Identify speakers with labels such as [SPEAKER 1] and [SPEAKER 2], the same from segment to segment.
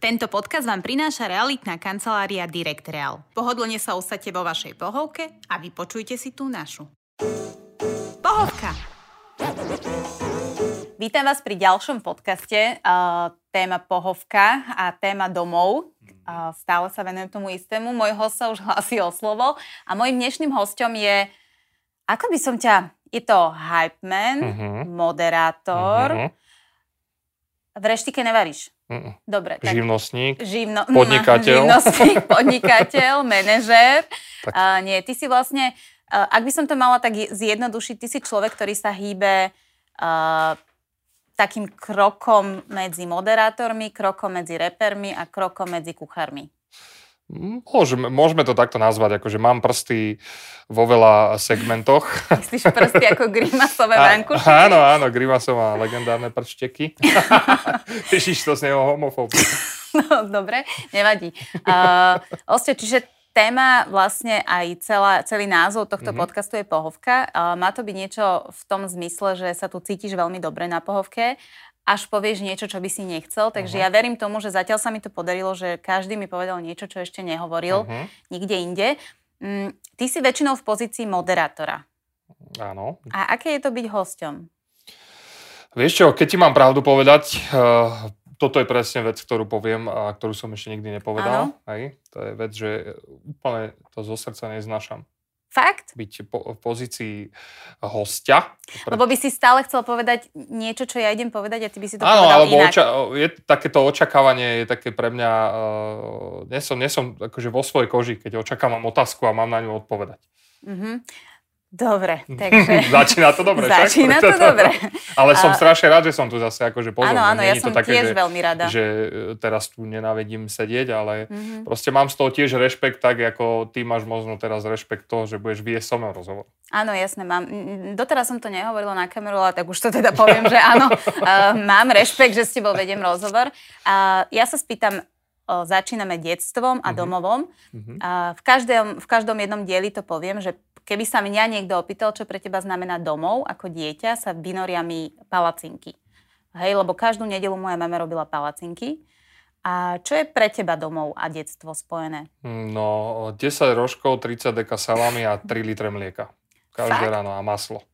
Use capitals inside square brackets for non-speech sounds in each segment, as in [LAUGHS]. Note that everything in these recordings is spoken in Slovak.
[SPEAKER 1] Tento podcast vám prináša realitná kancelária Direct Real. Pohodlne sa ostaďte vo vašej pohovke a vypočujte si tú našu. Pohovka! Vítam vás pri ďalšom podcaste. Uh, téma pohovka a téma domov. Uh, stále sa venujem tomu istému. Môj host sa už hlási o slovo. A môjim dnešným hostom je... Ako by som ťa... Je to hype man,
[SPEAKER 2] Mhm.
[SPEAKER 1] moderátor.
[SPEAKER 2] Mhm.
[SPEAKER 1] V reštike nevaríš.
[SPEAKER 2] Mhm.
[SPEAKER 1] Dobre, tak
[SPEAKER 2] Živnostník.
[SPEAKER 1] Živno... [LAUGHS]
[SPEAKER 2] Podnikateľ. [LAUGHS]
[SPEAKER 1] Živnostník, podnikateľ, manažér.
[SPEAKER 2] Tak.
[SPEAKER 1] Uh, nie, ty si vlastne, uh, ak by som to mala tak je- zjednodušiť, ty si človek, ktorý sa hýbe uh, takým krokom medzi moderátormi, krokom medzi repermi a krokom medzi kuchármi.
[SPEAKER 2] Môžeme, môžeme to takto nazvať, akože mám prsty vo veľa segmentoch.
[SPEAKER 1] Myslíš prsty ako grimasové vankuše?
[SPEAKER 2] A- áno, áno, Grimasov má legendárne prčteky. Ježiš, to z neho homofób.
[SPEAKER 1] No, [LAUGHS] dobre, nevadí. Uh, Oste, čiže téma vlastne aj celá, celý názov
[SPEAKER 2] Mhm.
[SPEAKER 1] tohto mm-hmm. podcastu je pohovka. Uh, má to byť niečo v tom zmysle, že sa tu cítiš veľmi dobre na pohovke, až povieš niečo, čo by si nechcel. Takže
[SPEAKER 2] Mhm.
[SPEAKER 1] ja verím tomu, že zatiaľ sa mi to podarilo, že každý mi povedal niečo, čo ešte nehovoril
[SPEAKER 2] Mhm.
[SPEAKER 1] nikde inde. Mm, ty si väčšinou v pozícii moderátora.
[SPEAKER 2] Áno.
[SPEAKER 1] A aké je to byť hosťom?
[SPEAKER 2] Vieš čo, keď ti mám pravdu povedať, eh, toto je presne vec, ktorú poviem a ktorú som ešte nikdy nepovedal. Hej? To je vec, že úplne to zo srdca neznášam.
[SPEAKER 1] Fakt?
[SPEAKER 2] Byť po, v pozícii hostia. Pre-
[SPEAKER 1] Lebo by si stále chcel povedať niečo, čo ja idem povedať a ty by si to
[SPEAKER 2] Áno,
[SPEAKER 1] povedal
[SPEAKER 2] alebo
[SPEAKER 1] inak.
[SPEAKER 2] oča- je takéto očakávanie je také pre mňa, uh, nie som, nie som akože vo svojej koži, keď očakávam otázku a mám na ňu odpovedať.
[SPEAKER 1] Mhm.
[SPEAKER 2] [LAUGHS]
[SPEAKER 1] Dobre, takže...
[SPEAKER 2] Začína to dobre,
[SPEAKER 1] [LAUGHS]
[SPEAKER 2] však?
[SPEAKER 1] Začína
[SPEAKER 2] [LAUGHS]
[SPEAKER 1] to dobre.
[SPEAKER 2] Ale
[SPEAKER 1] A-
[SPEAKER 2] som strašne rád, že som tu zase akože pozor.
[SPEAKER 1] Áno, áno, ja
[SPEAKER 2] nie je
[SPEAKER 1] som
[SPEAKER 2] to také,
[SPEAKER 1] tiež
[SPEAKER 2] že,
[SPEAKER 1] veľmi rada.
[SPEAKER 2] že e, teraz tu nenávidím sedieť, ale
[SPEAKER 1] Mhm.
[SPEAKER 2] proste mám z toho tiež rešpekt, tak ako ty máš možno teraz rešpekt toho, že budeš viesť so mnou rozhovor.
[SPEAKER 1] Áno, jasné, mám. Mm, Doteraz som to nehovorila na kameru, ale tak už to teda poviem, že
[SPEAKER 2] [LAUGHS]
[SPEAKER 1] áno, uh, mám rešpekt, že s tebou vedem rozhovor. Uh, ja sa spýtam, uh, začíname detstvom a
[SPEAKER 2] Mhm.
[SPEAKER 1] domovom.
[SPEAKER 2] Mhm.
[SPEAKER 1] Uh, v, každom, v každom jednom dieli to poviem, že keby sa mňa niekto opýtal, čo pre teba znamená domov, ako dieťa sa vynoria mi palacinky. Hej, lebo každú nedelu moja mama robila palacinky. A čo je pre teba domov a detstvo spojené?
[SPEAKER 2] No, 10 rožkov, 30 deka salami a 3 litre mlieka. Každé
[SPEAKER 1] Fakt?
[SPEAKER 2] ráno a maslo.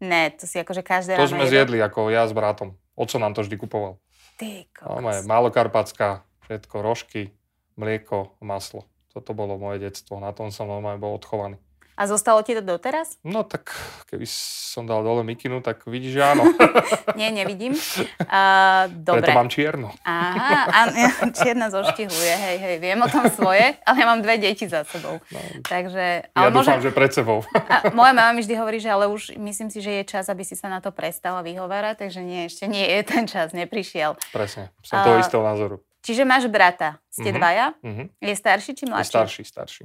[SPEAKER 1] Ne, to si akože každé ráno
[SPEAKER 2] To sme
[SPEAKER 1] jedol.
[SPEAKER 2] zjedli, ako ja s bratom. Oco nám to vždy kupoval.
[SPEAKER 1] Ty
[SPEAKER 2] Máme
[SPEAKER 1] kokos.
[SPEAKER 2] malokarpacká, všetko, rožky, mlieko, maslo. Toto bolo moje detstvo, na tom som normálne bol odchovaný.
[SPEAKER 1] A zostalo ti to doteraz?
[SPEAKER 2] No tak, keby som dal dole mikinu, tak vidíš, že
[SPEAKER 1] [LAUGHS]
[SPEAKER 2] áno.
[SPEAKER 1] Nie, nevidím.
[SPEAKER 2] [LAUGHS]
[SPEAKER 1] Uh,
[SPEAKER 2] Preto
[SPEAKER 1] dobre.
[SPEAKER 2] mám čierno.
[SPEAKER 1] Aha, a, [LAUGHS] čierna zoštihuje, hej, hej, viem o tom svoje, ale ja mám dve deti za sebou.
[SPEAKER 2] No,
[SPEAKER 1] Takže,
[SPEAKER 2] ja
[SPEAKER 1] ale
[SPEAKER 2] dúfam, že pred sebou. [LAUGHS]
[SPEAKER 1] A moja mama mi vždy hovorí, že ale už myslím si, že je čas, aby si sa na to prestala vyhovárať, takže nie, ešte nie je ten čas, neprišiel.
[SPEAKER 2] Presne, som
[SPEAKER 1] A-
[SPEAKER 2] toho istého názoru.
[SPEAKER 1] Čiže máš brata, ste
[SPEAKER 2] Mhm.
[SPEAKER 1] dvaja,
[SPEAKER 2] Mhm.
[SPEAKER 1] je starší či
[SPEAKER 2] Je
[SPEAKER 1] mladší?
[SPEAKER 2] Starší, starší.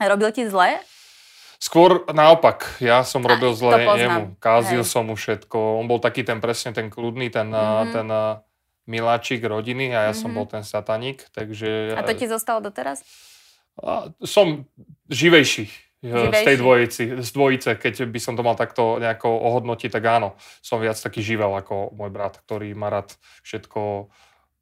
[SPEAKER 1] Robil ti zle?
[SPEAKER 2] Skôr naopak, ja som
[SPEAKER 1] A,
[SPEAKER 2] robil
[SPEAKER 1] to
[SPEAKER 2] zle
[SPEAKER 1] poznám,
[SPEAKER 2] jemu. Kázil
[SPEAKER 1] hej.
[SPEAKER 2] som mu všetko. On bol taký ten presne ten kľudný, ten, mm
[SPEAKER 1] Mhm.
[SPEAKER 2] ten á, miláčik rodiny a ja som
[SPEAKER 1] Mhm.
[SPEAKER 2] bol ten satanik,
[SPEAKER 1] A
[SPEAKER 2] takže...
[SPEAKER 1] to ti zostalo doteraz?
[SPEAKER 2] A som živejší, živejší. z tej
[SPEAKER 1] Živejší.
[SPEAKER 2] dvojici, z dvojice, keď by som to mal takto nejako ohodnotiť, tak áno, som viac taký živel ako môj brat, ktorý má rád všetko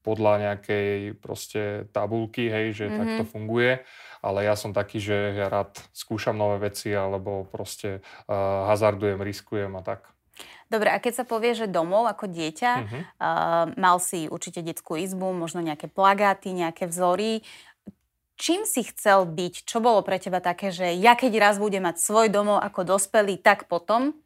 [SPEAKER 2] podľa nejakej proste tabulky, hej, že
[SPEAKER 1] Mhm.
[SPEAKER 2] mm-hmm. takto funguje. Ale ja som taký, že ja rád skúšam nové veci alebo proste uh, hazardujem, riskujem a tak.
[SPEAKER 1] Dobre, a keď sa povie, že domov ako dieťa,
[SPEAKER 2] Mhm.
[SPEAKER 1] uh, mal si určite detskú izbu, možno nejaké plagáty, nejaké vzory. Čím si chcel byť? Čo bolo pre teba také, že ja keď raz budem mať svoj domov ako dospelý, tak potom?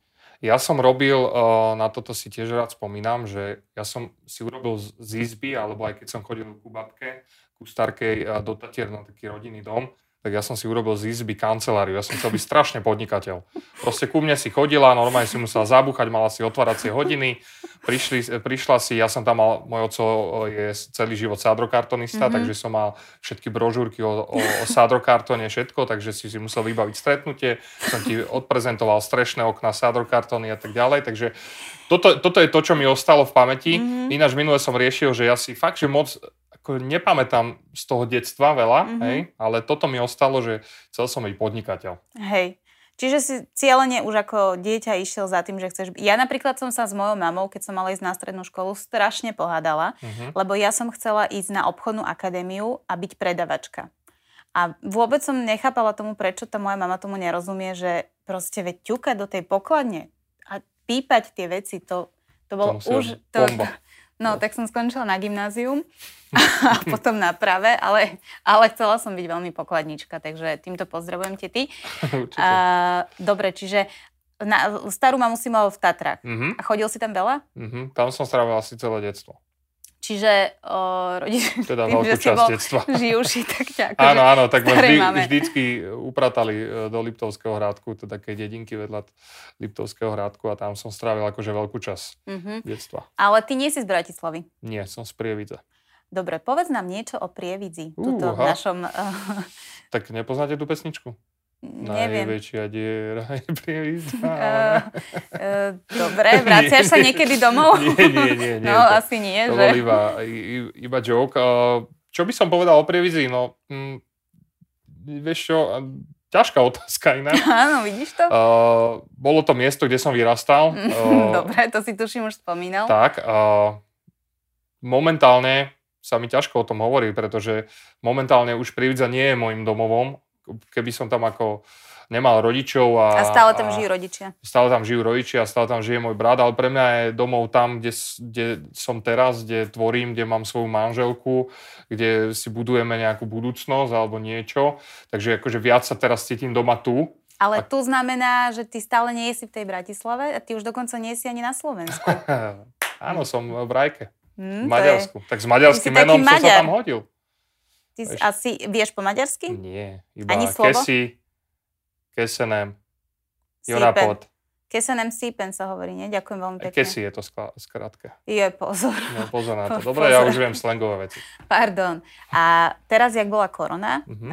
[SPEAKER 2] Ja som robil, eh, na toto si tiež rád spomínam, že ja som si urobil z, z izby, alebo aj keď som chodil ku babke, ku starkej eh, do Tatier na taký rodinný dom, tak ja som si urobil z izby kanceláriu. Ja som chcel byť strašne podnikateľ. Proste ku mne si chodila, normálne si musela zabúchať, mala si otváracie hodiny, prišli, prišla si, ja som tam mal, môj oco eh, je celý život sádrokartonista,
[SPEAKER 1] Mhm.
[SPEAKER 2] mm-hmm. takže som mal všetky brožúrky o, o, o sádrokartone, všetko, takže si si musel vybaviť stretnutie, som ti odprezentoval strešné okna, sádrokartóny a tak ďalej, takže toto, toto je to, čo mi ostalo v pamäti.
[SPEAKER 1] Mhm.
[SPEAKER 2] Mm-hmm. Ináč minule som riešil, že ja si fakt, že moc ako nepamätám z toho detstva
[SPEAKER 1] Mhm.
[SPEAKER 2] veľa, mm-hmm. hej, ale toto mi ostalo, že chcel som byť podnikateľ.
[SPEAKER 1] Hej. Čiže si cieľene už ako dieťa išiel za tým, že chceš... Ja napríklad som sa s mojou mamou, keď som mala ísť na strednú školu, strašne pohádala,
[SPEAKER 2] Mhm.
[SPEAKER 1] lebo ja som chcela ísť na obchodnú akadémiu a byť predavačka. A vôbec som nechápala tomu, prečo tá moja mama tomu nerozumie, že proste veď ťukať do tej pokladne a pípať tie veci, to, to bolo
[SPEAKER 2] To musela
[SPEAKER 1] už...
[SPEAKER 2] byť
[SPEAKER 1] To, [LAUGHS]
[SPEAKER 2] bomba. [LAUGHS]
[SPEAKER 1] no, tak som skončila na gymnázium a potom na prave, ale, ale chcela som byť veľmi pokladnička, takže týmto pozdravujem ti ty.
[SPEAKER 2] Určite.
[SPEAKER 1] A, dobre, čiže na, starú mamu si mal v Tatrách.
[SPEAKER 2] Mhm,
[SPEAKER 1] A chodil si tam veľa?
[SPEAKER 2] mhm. Tam som strávil asi celé detstvo.
[SPEAKER 1] Čiže o, rodič... [LAUGHS]
[SPEAKER 2] Teda
[SPEAKER 1] Tým, že
[SPEAKER 2] veľkú
[SPEAKER 1] si
[SPEAKER 2] časť
[SPEAKER 1] bol [LAUGHS]
[SPEAKER 2] detstva. [LAUGHS]
[SPEAKER 1] žijúši, tak ťa akože...
[SPEAKER 2] Áno, áno, tak ma
[SPEAKER 1] starej
[SPEAKER 2] vždy,
[SPEAKER 1] mame.
[SPEAKER 2] vždycky upratali e, do Liptovského hrádku, teda také dedinky vedľa t- Liptovského hrádku a tam som strávil akože veľkú časť
[SPEAKER 1] Mhm.
[SPEAKER 2] detstva.
[SPEAKER 1] Ale ty nie si z Bratislavy.
[SPEAKER 2] Nie, som z Prievidze.
[SPEAKER 1] Dobre, povedz nám niečo o Prievidzi, tuto v
[SPEAKER 2] Úha.
[SPEAKER 1] našom... [LAUGHS] Uh,
[SPEAKER 2] Tak nepoznáte tú pesničku?
[SPEAKER 1] neviem.
[SPEAKER 2] Najväčšia diera je
[SPEAKER 1] [LAUGHS]
[SPEAKER 2] Prievidza.
[SPEAKER 1] Uh, uh, dobre, vraciaš sa
[SPEAKER 2] Nie,
[SPEAKER 1] niekedy domov?
[SPEAKER 2] [LAUGHS] Nie, nie, nie. nie
[SPEAKER 1] no,
[SPEAKER 2] to,
[SPEAKER 1] asi nie,
[SPEAKER 2] to
[SPEAKER 1] že?
[SPEAKER 2] bol iba, i- iba joke. A Čo by som povedal o Prievidzi? No, mm, vieš čo, a ťažká [LAUGHS] otázka iná.
[SPEAKER 1] [LAUGHS] Áno, vidíš [LAUGHS] to?
[SPEAKER 2] Uh, bolo to miesto, kde som
[SPEAKER 1] [LAUGHS]
[SPEAKER 2] vyrastal. Uh,
[SPEAKER 1] Dobre, to si tuším už spomínal.
[SPEAKER 2] Tak, a momentálne sa mi ťažko o tom hovorí, pretože momentálne už Prievidza nie je môjim domovom. Keby som tam ako nemal rodičov
[SPEAKER 1] A
[SPEAKER 2] a,
[SPEAKER 1] stále tam žijú rodičia.
[SPEAKER 2] stále tam žijú rodičia, stále tam žije môj brat, ale pre mňa je domov tam, kde, s- kde som teraz, kde tvorím, kde mám svoju manželku, kde si budujeme nejakú budúcnosť alebo niečo. Takže akože viac sa teraz cítim doma tu. [LAUGHS]
[SPEAKER 1] Ale tu znamená, že ty stále nie si v tej Bratislave a ty už dokonca nie si ani na
[SPEAKER 2] [LAUGHS]
[SPEAKER 1] Slovensku.
[SPEAKER 2] Áno, som v Rajke,
[SPEAKER 1] Hm,
[SPEAKER 2] v
[SPEAKER 1] to je-
[SPEAKER 2] Maďarsku. Tak s maďarským
[SPEAKER 1] Ty si taký
[SPEAKER 2] menom som sa
[SPEAKER 1] Maďar.
[SPEAKER 2] tam hodil.
[SPEAKER 1] Ty si,
[SPEAKER 2] Vieš. Mm,
[SPEAKER 1] asi vieš po maďarsky?
[SPEAKER 2] Nie, iba
[SPEAKER 1] Ani slovo?
[SPEAKER 2] Kesi, Kesenem,
[SPEAKER 1] Sípen.
[SPEAKER 2] Jonapod.
[SPEAKER 1] Kesenem sípen sa hovorí, nie? Ďakujem veľmi pekne.
[SPEAKER 2] Kesi je to skla- skrátka.
[SPEAKER 1] Je, pozor.
[SPEAKER 2] No, pozor na to.
[SPEAKER 1] Po-
[SPEAKER 2] Dobre, ja
[SPEAKER 1] pozor.
[SPEAKER 2] už viem slangové veci.
[SPEAKER 1] [LAUGHS] Pardon. A teraz, jak bola korona,
[SPEAKER 2] Mhm.
[SPEAKER 1] uh,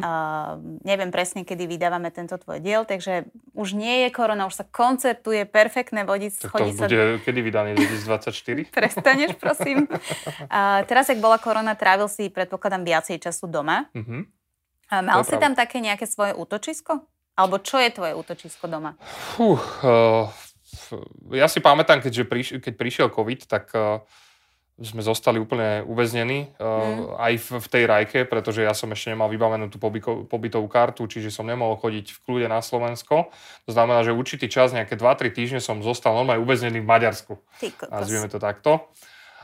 [SPEAKER 1] neviem presne, kedy vydávame tento tvoj diel, takže už nie je korona, už sa koncertuje, perfektné vodiť,
[SPEAKER 2] Tak to
[SPEAKER 1] chodí sa...
[SPEAKER 2] bude kedy vydaný 2024?
[SPEAKER 1] [LAUGHS] Prestaneš,
[SPEAKER 2] [LAUGHS]
[SPEAKER 1] prosím. A teraz, jak bola korona, trávil si, predpokladám, viacej času doma.
[SPEAKER 2] Mhm.
[SPEAKER 1] A mal
[SPEAKER 2] To
[SPEAKER 1] si
[SPEAKER 2] je
[SPEAKER 1] tam
[SPEAKER 2] pravda.
[SPEAKER 1] také nejaké svoje útočisko? Alebo čo je tvoje útočisko doma?
[SPEAKER 2] Fú, eh, f- ja si pamätám, keďže priš, keď prišiel COVID, tak eh, sme zostali úplne uväznení eh,
[SPEAKER 1] Mm.
[SPEAKER 2] aj v, v tej rajke, pretože ja som ešte nemal vybavenú tú pobyko- pobytovú kartu, čiže som nemohol chodiť v kľude na Slovensko. To znamená, že určitý čas, nejaké 2-3 týždne som zostal normálne uväznený v Maďarsku.
[SPEAKER 1] Ty kokos.
[SPEAKER 2] Nazvieme to takto.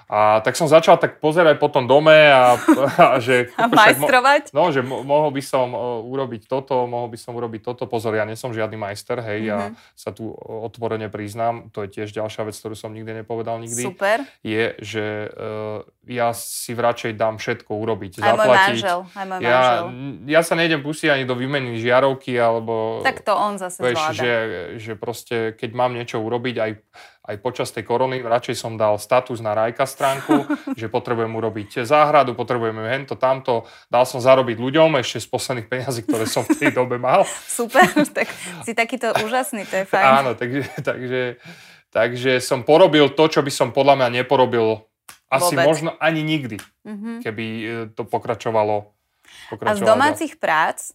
[SPEAKER 2] A tak som začal tak pozerať po tom dome a, [LAUGHS] a že...
[SPEAKER 1] [LAUGHS] A
[SPEAKER 2] však mo-
[SPEAKER 1] majstrovať?
[SPEAKER 2] No, že mo- mohol by som o, urobiť toto, mohol by som urobiť toto. Pozor, ja nie som žiadny majster, hej, ja
[SPEAKER 1] Mhm.
[SPEAKER 2] sa tu o, otvorene priznám. To je tiež ďalšia vec, ktorú som nikdy nepovedal [LAUGHS] nikdy.
[SPEAKER 1] Super.
[SPEAKER 2] Je, že uh, ja si radšej dám všetko urobiť,
[SPEAKER 1] Aj môj
[SPEAKER 2] zaplatiť.
[SPEAKER 1] manžel. Aj môj manžel.
[SPEAKER 2] ja, ja sa nejdem pustiť ani do výmeny žiarovky, alebo...
[SPEAKER 1] Tak to on zase
[SPEAKER 2] Vieš,
[SPEAKER 1] zvláda.
[SPEAKER 2] že, že proste, keď mám niečo urobiť aj, aj počas tej korony, radšej som dal status na Rajka
[SPEAKER 1] [LAUGHS]
[SPEAKER 2] stránku, že potrebujem urobiť záhradu, potrebujem ju hento, tamto. Dal som zarobiť ľuďom ešte z posledných peniazí, ktoré som v tej dobe mal.
[SPEAKER 1] Super, tak si
[SPEAKER 2] [LAUGHS]
[SPEAKER 1] takýto úžasný, to je [LAUGHS] fajn.
[SPEAKER 2] Áno, takže, takže, takže som porobil to, čo by som podľa mňa neporobil asi
[SPEAKER 1] Vôbec.
[SPEAKER 2] možno ani nikdy,
[SPEAKER 1] Mhm.
[SPEAKER 2] keby e, to
[SPEAKER 1] A
[SPEAKER 2] pokračovalo.
[SPEAKER 1] z
[SPEAKER 2] pokračovalo ďalej.
[SPEAKER 1] domácich prác,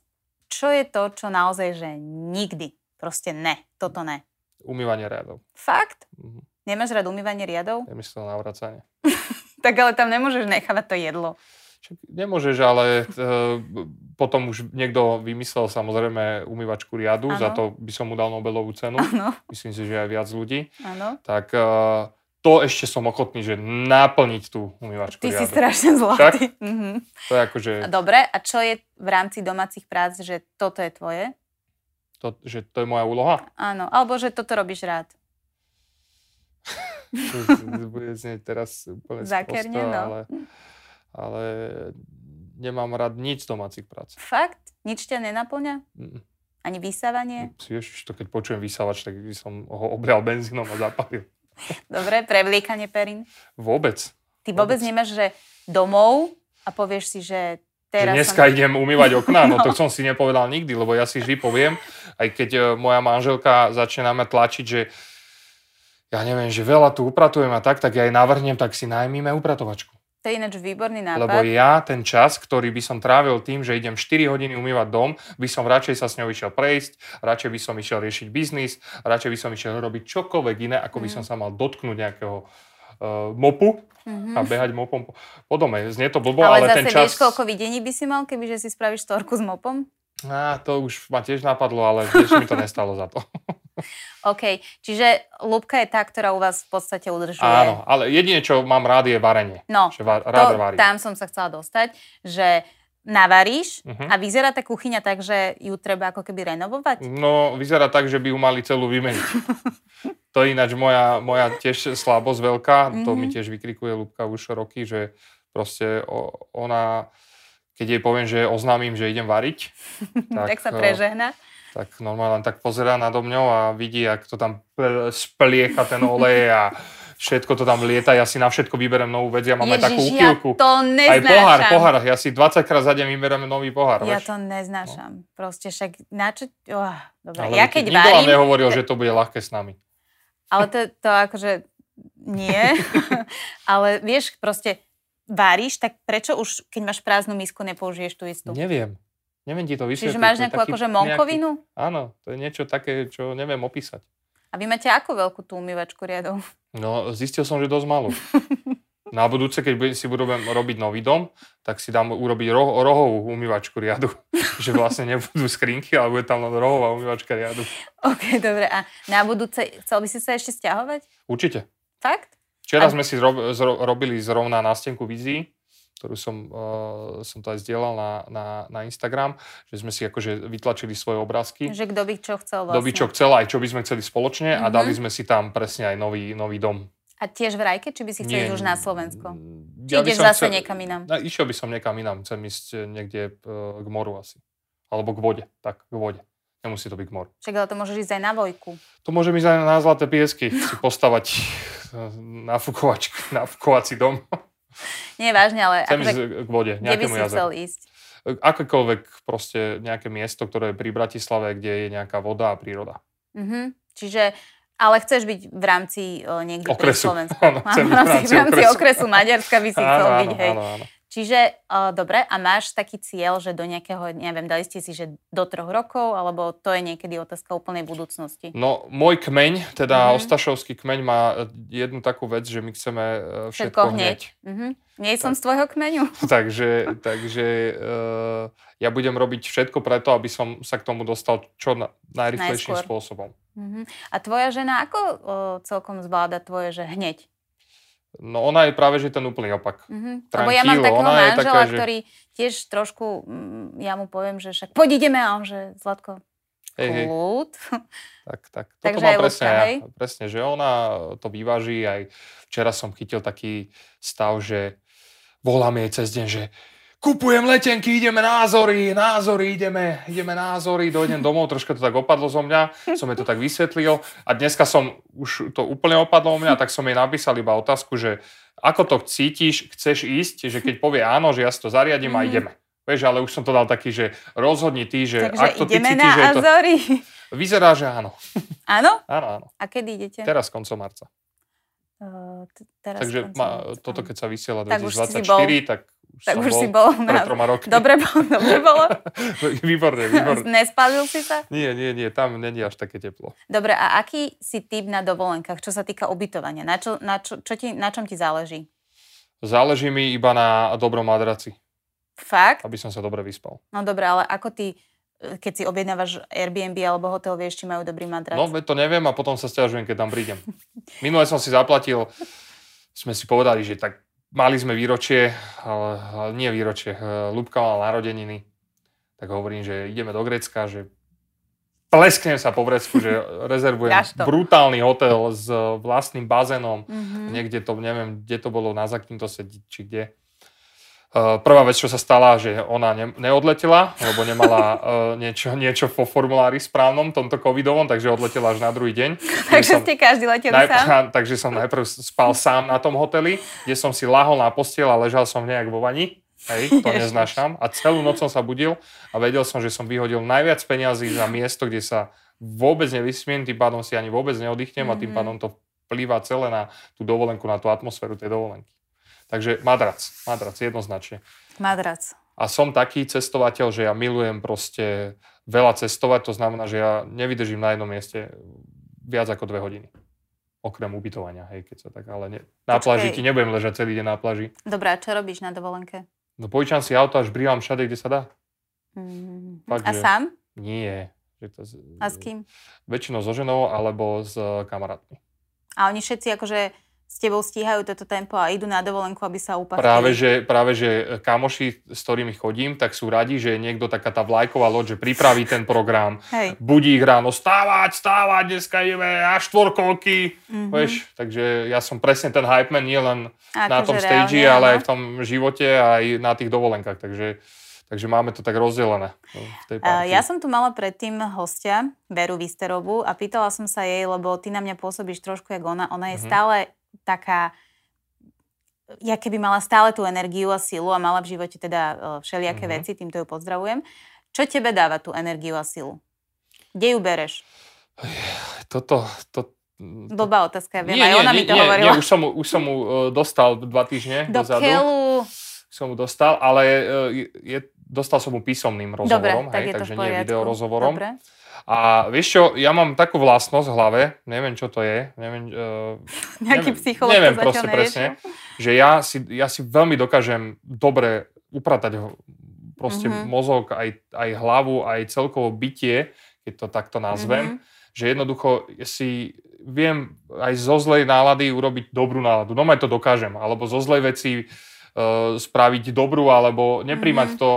[SPEAKER 1] čo je to, čo naozaj, že nikdy? Proste ne, toto ne.
[SPEAKER 2] Umývanie riadov.
[SPEAKER 1] Fakt?
[SPEAKER 2] Mhm.
[SPEAKER 1] Nemáš rád umývanie riadov?
[SPEAKER 2] Ja myslel na vracanie.
[SPEAKER 1] Tak ale tam nemôžeš nechávať to jedlo.
[SPEAKER 2] Však Nemôžeš, ale e, potom už niekto vymyslel samozrejme umývačku riadu,
[SPEAKER 1] Áno.
[SPEAKER 2] za to by som mu dal Nobelovú
[SPEAKER 1] [LAUGHS]
[SPEAKER 2] cenu,
[SPEAKER 1] Áno,
[SPEAKER 2] myslím si, že aj viac ľudí.
[SPEAKER 1] áno.
[SPEAKER 2] Tak e, to ešte som ochotný, že naplniť tú umývačku
[SPEAKER 1] Ty si
[SPEAKER 2] riadu.
[SPEAKER 1] strašne zlatý. Mhm.
[SPEAKER 2] To je akože,
[SPEAKER 1] Dobre, a čo je v rámci domácich prác, že toto je tvoje?
[SPEAKER 2] to, že to je moja úloha.
[SPEAKER 1] Áno, alebo že toto robíš rád.
[SPEAKER 2] To z- bude znieť teraz úplne
[SPEAKER 1] Zákerne,
[SPEAKER 2] sprosto,
[SPEAKER 1] no.
[SPEAKER 2] ale, ale nemám rád nič domácich prác.
[SPEAKER 1] Fakt? Nič ťa nenaplňa?
[SPEAKER 2] Mm.
[SPEAKER 1] Ani vysávanie?
[SPEAKER 2] Vieš, to keď počujem vysávač, tak by som ho obrial benzínom a zapalil.
[SPEAKER 1] Dobre, prevliekanie perín?
[SPEAKER 2] Vôbec.
[SPEAKER 1] Ty vôbec
[SPEAKER 2] Vôbec.
[SPEAKER 1] nemáš, že domov a povieš si, že teraz
[SPEAKER 2] Teraz že dneska
[SPEAKER 1] som...
[SPEAKER 2] som... idem umývať okná, no,
[SPEAKER 1] No. [LAUGHS]
[SPEAKER 2] to som si nepovedal nikdy, lebo ja si vždy poviem, aj keď e, moja manželka začne na mňa tlačiť, že ja neviem, že veľa tu upratujem a tak, tak ja jej navrhnem, tak si najmíme upratovačku.
[SPEAKER 1] To je ináč výborný nápad.
[SPEAKER 2] Lebo ja ten čas, ktorý by som trávil tým, že idem 4 hodiny umývať dom, by som radšej sa s ňou išiel prejsť, radšej by som išiel riešiť biznis, radšej by som išiel robiť čokoľvek iné, ako by
[SPEAKER 1] Mm.
[SPEAKER 2] som sa mal dotknúť nejakého uh, mopu mm-hmm. a behať mopom po, po dome. Znie to blbo,
[SPEAKER 1] Mhm. Mm.
[SPEAKER 2] ale,
[SPEAKER 1] ale zase
[SPEAKER 2] ten čas...
[SPEAKER 1] vieš, koľko videní by si mal, kebyže si spravíš torku s mopom?
[SPEAKER 2] Á, to už ma tiež napadlo, ale tiež mi to nestalo za
[SPEAKER 1] [LAUGHS]
[SPEAKER 2] to.
[SPEAKER 1] OK, čiže Lúbka je tá, ktorá u vás v podstate udržuje.
[SPEAKER 2] Áno, ale jedine, čo mám rád, je varenie.
[SPEAKER 1] No,
[SPEAKER 2] že va- rád
[SPEAKER 1] to,
[SPEAKER 2] varím.
[SPEAKER 1] tam som sa chcela dostať, že navaríš a
[SPEAKER 2] Mhm.
[SPEAKER 1] vyzerá tá kuchyňa tak, že ju treba ako keby renovovať.
[SPEAKER 2] No, vyzerá tak, že by ju mali celú
[SPEAKER 1] [LAUGHS]
[SPEAKER 2] vymeniť. to je ináč moja, moja tiež slabosť veľká, mm-hmm. to mi
[SPEAKER 1] Mhm.
[SPEAKER 2] tiež vykrikuje Lubka už roky, že proste o- ona, keď jej poviem, že oznámim, že idem variť,
[SPEAKER 1] [LAUGHS] Hm, Tak, tak sa
[SPEAKER 2] eh,
[SPEAKER 1] prežehná.
[SPEAKER 2] tak normálne len tak pozerá na mňou a vidí, ak to tam pl- spliecha ten olej a všetko to tam lieta. Ja si na všetko vyberem novú vec, ja mám aj takú
[SPEAKER 1] Ježiš, ja
[SPEAKER 2] úchylku.
[SPEAKER 1] to
[SPEAKER 2] aj
[SPEAKER 1] neznášam.
[SPEAKER 2] pohár, pohár. Ja si 20 krát za deň vyberem nový pohár.
[SPEAKER 1] Ja
[SPEAKER 2] vieš.
[SPEAKER 1] to neznášam. Proste však na čo... Oh, dobre.
[SPEAKER 2] No. Ale
[SPEAKER 1] ja
[SPEAKER 2] keď
[SPEAKER 1] keď
[SPEAKER 2] nikto vám
[SPEAKER 1] varím,
[SPEAKER 2] nehovoril, že to bude ľahké s nami.
[SPEAKER 1] ale to, to akože
[SPEAKER 2] [LAUGHS]
[SPEAKER 1] nie. ale vieš, proste varíš, tak prečo už, keď máš prázdnu misku, nepoužiješ tú istú?
[SPEAKER 2] Neviem. Neviem ti to vysvetliť.
[SPEAKER 1] Čiže máš
[SPEAKER 2] to je
[SPEAKER 1] nejakú
[SPEAKER 2] taký
[SPEAKER 1] akože
[SPEAKER 2] nejaký-
[SPEAKER 1] monkovinu?
[SPEAKER 2] Áno, to je niečo také, čo neviem opísať.
[SPEAKER 1] A vy máte akú veľkú tú umývačku riadov? [LAUGHS]
[SPEAKER 2] No, zistil som, že dosť málo. Na budúce, keď bude- si budem robiť nový dom, tak si dám urobiť roh- rohovú umývačku riadu. [LAUGHS] že vlastne nebudú skrinky, ale bude tam len rohová umývačka riadu.
[SPEAKER 1] OK, dobre. A na budúce, chcel by si sa ešte stiahovať?
[SPEAKER 2] Určite.
[SPEAKER 1] Fakt?
[SPEAKER 2] Včera
[SPEAKER 1] A-
[SPEAKER 2] sme si zro- zro- robili zrovna nástenku vízií, ktorú som, uh, som to aj zdieľal na, na, na Instagram, že sme si akože vytlačili svoje obrázky.
[SPEAKER 1] Že kto by čo chcel vlastne?
[SPEAKER 2] Vlastne. Doby, čo chcela, aj čo by sme chceli spoločne a
[SPEAKER 1] Mhm.
[SPEAKER 2] dali sme si tam presne aj nový, nový dom.
[SPEAKER 1] A tiež v Rajke, či by si chcel
[SPEAKER 2] Nie,
[SPEAKER 1] ísť už na Slovensko?
[SPEAKER 2] mm,
[SPEAKER 1] Či
[SPEAKER 2] by
[SPEAKER 1] ideš
[SPEAKER 2] som
[SPEAKER 1] zase niekam inám?
[SPEAKER 2] No, išiel by som niekam inám, chcem ísť eh, niekde eh, k moru asi. Alebo k vode, tak k vode. Nemusí to byť k moru.
[SPEAKER 1] Však ale to môžeš ísť aj na Vojku.
[SPEAKER 2] To môže ísť aj na zlaté
[SPEAKER 1] [LAUGHS]
[SPEAKER 2] piesky, si postavať eh, nafukovačku, nafukovací dom.
[SPEAKER 1] Nie, vážne, ale
[SPEAKER 2] Chcem ísť eh,
[SPEAKER 1] akože,
[SPEAKER 2] k vode,
[SPEAKER 1] kde by
[SPEAKER 2] nejakému
[SPEAKER 1] si chcel
[SPEAKER 2] jazeru. Eh,
[SPEAKER 1] ísť?
[SPEAKER 2] Akékoľvek proste nejaké miesto, ktoré je pri Bratislave, kde je nejaká voda a príroda.
[SPEAKER 1] Mhm. Čiže, ale chceš byť v rámci o, niekde pri
[SPEAKER 2] Okresu.
[SPEAKER 1] Slovensku.
[SPEAKER 2] [LAUGHS] Áno,
[SPEAKER 1] Áno,
[SPEAKER 2] chcem byť
[SPEAKER 1] v rámci, v rámci okresu Maďarska by si chcel
[SPEAKER 2] Áno,
[SPEAKER 1] byť,
[SPEAKER 2] áno,
[SPEAKER 1] hej.
[SPEAKER 2] áno, áno.
[SPEAKER 1] Čiže, uh, dobre, a máš taký cieľ, že do nejakého, neviem, dali ste si, že do troch rokov, alebo to je niekedy otázka úplnej budúcnosti?
[SPEAKER 2] No, môj kmeň, teda
[SPEAKER 1] Mhm.
[SPEAKER 2] mm-hmm. ostašovský kmeň, má eh, jednu takú vec, že my chceme eh, všetko, všetko hneď.
[SPEAKER 1] Mhm. Nie som z tvojho kmeňu.
[SPEAKER 2] [LAUGHS] takže takže eh, ja budem robiť všetko preto, aby som sa k tomu dostal čo na, najrychlejším
[SPEAKER 1] Najskôr.
[SPEAKER 2] spôsobom.
[SPEAKER 1] Mhm. A tvoja žena, ako o, celkom zvláda tvoje, že hneď?
[SPEAKER 2] No ona je práve, že ten úplný opak.
[SPEAKER 1] Mhm. Lebo ja mám
[SPEAKER 2] Tranquilo,
[SPEAKER 1] takého
[SPEAKER 2] ona je
[SPEAKER 1] manžela,
[SPEAKER 2] taká, že-
[SPEAKER 1] ktorý tiež trošku, mm, ja mu poviem, že však poď ideme, a on že Zlatko,
[SPEAKER 2] Hej, hej,
[SPEAKER 1] kľud.
[SPEAKER 2] tak, tak.
[SPEAKER 1] Takže
[SPEAKER 2] Toto má
[SPEAKER 1] aj Lubka,
[SPEAKER 2] presne, ja.
[SPEAKER 1] hej?
[SPEAKER 2] presne, že ona to vyváži. Aj včera som chytil taký stav, že volám jej cez deň, že kupujem letenky, ideme názory, názory, ideme, ideme názory, dojdem domov, troška to tak opadlo zo mňa, som jej to tak vysvetlil a dneska som už to úplne opadlo o mňa, tak som jej napísal iba otázku, že ako to cítiš, chceš ísť, že keď povie áno, že ja si to zariadím a
[SPEAKER 1] Mhm.
[SPEAKER 2] ideme. Vieš, ale už som to dal taký, že rozhodni ty, že
[SPEAKER 1] Takže
[SPEAKER 2] ak to ty
[SPEAKER 1] ideme
[SPEAKER 2] cítiš,
[SPEAKER 1] na
[SPEAKER 2] že je to...
[SPEAKER 1] Azory.
[SPEAKER 2] Vyzerá, že áno.
[SPEAKER 1] [LAUGHS] Áno?
[SPEAKER 2] Áno, áno.
[SPEAKER 1] A kedy idete?
[SPEAKER 2] Teraz koncom marca.
[SPEAKER 1] Eh, t- teraz
[SPEAKER 2] Takže
[SPEAKER 1] koncom
[SPEAKER 2] ma,
[SPEAKER 1] marca.
[SPEAKER 2] toto, keď sa vysiela
[SPEAKER 1] Tak už si
[SPEAKER 2] 2024,
[SPEAKER 1] bol.
[SPEAKER 2] tak už
[SPEAKER 1] Tak
[SPEAKER 2] som
[SPEAKER 1] už
[SPEAKER 2] bol,
[SPEAKER 1] si bol
[SPEAKER 2] pred
[SPEAKER 1] na...
[SPEAKER 2] troma rokmi. [LAUGHS]
[SPEAKER 1] Dobre bolo, [LAUGHS] dobre bolo.
[SPEAKER 2] výborne,
[SPEAKER 1] [LAUGHS]
[SPEAKER 2] výborne.
[SPEAKER 1] Nespalil si sa?
[SPEAKER 2] Nie, nie, nie, tam není až také teplo.
[SPEAKER 1] Dobre, a aký si typ na dovolenkách, čo sa týka ubytovania? Na, čo, na, čo, čo ti, na čom ti záleží?
[SPEAKER 2] Záleží mi iba na dobrom madraci,
[SPEAKER 1] Fakt?
[SPEAKER 2] aby som sa dobre vyspal.
[SPEAKER 1] No dobre, ale ako ty, eh, keď si objednávaš Airbnb alebo hotel, vieš, či majú dobrý madrac?
[SPEAKER 2] No, veď to neviem a potom sa stiažujem, keď tam prídem. Minule som si zaplatil, sme si povedali, že tak mali sme výročie, ale, ale nie výročie, eh, Lubka mala narodeniny, tak hovorím, že ideme do Grecka, že plesknem sa po Grecku,
[SPEAKER 1] [LAUGHS]
[SPEAKER 2] že rezervujem
[SPEAKER 1] Dáš to.
[SPEAKER 2] brutálny hotel s vlastným bazénom,
[SPEAKER 1] Mhm.
[SPEAKER 2] niekde to, neviem, kde to bolo, na Zakým to sedí, či kde. Eh, Prvá vec, čo sa stala, že ona ne- neodletela, lebo nemala eh, niečo, niečo po formulári správnom, tomto covidovom, takže odletela až na druhý deň.
[SPEAKER 1] [LAUGHS] Takže
[SPEAKER 2] som
[SPEAKER 1] ste každý leteli
[SPEAKER 2] najp- [LAUGHS]
[SPEAKER 1] sám?
[SPEAKER 2] takže som najprv spal sám na tom hoteli, kde som si lahol na postiel a ležal som nejak vo vani. Hej, to
[SPEAKER 1] Ježiš.
[SPEAKER 2] neznášam. A celú noc som sa budil a vedel som, že som vyhodil najviac peňazí za miesto, kde sa vôbec nevysmiem, tým pádom si ani vôbec neoddychnem a tým
[SPEAKER 1] Mhm.
[SPEAKER 2] pádom to vplýva celé na tú dovolenku, na tú atmosféru tej dovolenky. Takže madrac, madrac jednoznačne.
[SPEAKER 1] Madrac.
[SPEAKER 2] A som taký cestovateľ, že ja milujem proste veľa cestovať, to znamená, že ja nevydržím na jednom mieste viac ako dve hodiny. Okrem ubytovania, hej, keď sa tak, ale ne,
[SPEAKER 1] Počkej.
[SPEAKER 2] na pláži ti nebudem ležať celý deň na pláži.
[SPEAKER 1] Dobre, a čo robíš na dovolenke?
[SPEAKER 2] No požičam si auto až brýlam všade, kde sa dá.
[SPEAKER 1] Mm.
[SPEAKER 2] Fakt,
[SPEAKER 1] A
[SPEAKER 2] že-
[SPEAKER 1] sám?
[SPEAKER 2] Nie. Že to z,
[SPEAKER 1] A s kým?
[SPEAKER 2] Väčšinou so ženou alebo s e, kamarátmi.
[SPEAKER 1] A oni všetci akože s tebou stíhajú toto tempo a idú na dovolenku, aby sa upastili.
[SPEAKER 2] Práve že, práve že kamoši, s ktorými chodím, tak sú radi, že je niekto taká tá vlajková loď, že pripraví ten program,
[SPEAKER 1] Hej.
[SPEAKER 2] budí ich ráno, stávať, stávať, dneska ideme až štvorkolky,
[SPEAKER 1] Mhm.
[SPEAKER 2] mm-hmm. vieš, takže ja som presne ten hype man, nie len
[SPEAKER 1] A
[SPEAKER 2] na
[SPEAKER 1] akože
[SPEAKER 2] tom stage,
[SPEAKER 1] reálne,
[SPEAKER 2] ale aj
[SPEAKER 1] áno.
[SPEAKER 2] v tom živote, aj na tých dovolenkách, takže, takže máme to tak rozdelené no, v tej
[SPEAKER 1] A
[SPEAKER 2] partii.
[SPEAKER 1] Eh, Ja som tu mala predtým hostia, Veru Visterovú, a pýtala som sa jej, lebo ty na mňa pôsobíš trošku jak ona. Ona je
[SPEAKER 2] Mhm.
[SPEAKER 1] stále taká, ja keby mala stále tú energiu a silu a mala v živote teda e, všelijaké
[SPEAKER 2] Mhm.
[SPEAKER 1] veci, týmto ju pozdravujem. Čo tebe dáva tú energiu a silu? Kde ju bereš?
[SPEAKER 2] Toto, to, to,
[SPEAKER 1] Blbá otázka, ja viem, aj ona mi to
[SPEAKER 2] nie,
[SPEAKER 1] hovorila.
[SPEAKER 2] Nie, už som, mu- už som mu e, dostal dva týždne
[SPEAKER 1] Do
[SPEAKER 2] dozadu.
[SPEAKER 1] keľu.
[SPEAKER 2] Som mu dostal, ale e, je, dostal som mu písomným
[SPEAKER 1] Dobre,
[SPEAKER 2] rozhovorom,
[SPEAKER 1] tak
[SPEAKER 2] hej,
[SPEAKER 1] je to
[SPEAKER 2] takže
[SPEAKER 1] v
[SPEAKER 2] nie
[SPEAKER 1] poriadku.
[SPEAKER 2] video rozhovorom.
[SPEAKER 1] Dobre. [LAUGHS]
[SPEAKER 2] A vieš čo, ja mám takú vlastnosť v hlave, neviem čo to je, neviem, uh,
[SPEAKER 1] Nejaký
[SPEAKER 2] neviem,
[SPEAKER 1] psycholog
[SPEAKER 2] neviem
[SPEAKER 1] to
[SPEAKER 2] proste
[SPEAKER 1] zatiaľ
[SPEAKER 2] presne, že ja si, ja si veľmi dokážem dobre upratať ho, proste
[SPEAKER 1] Mhm.
[SPEAKER 2] mm-hmm. mozog, aj, aj hlavu, aj celkovo bytie, keď to takto nazvem
[SPEAKER 1] Mhm.
[SPEAKER 2] že jednoducho si viem aj zo zlej nálady urobiť dobrú náladu. No to dokážem. Alebo zo zlej veci e, spraviť dobrú, alebo nepríjmať
[SPEAKER 1] Mhm.
[SPEAKER 2] to,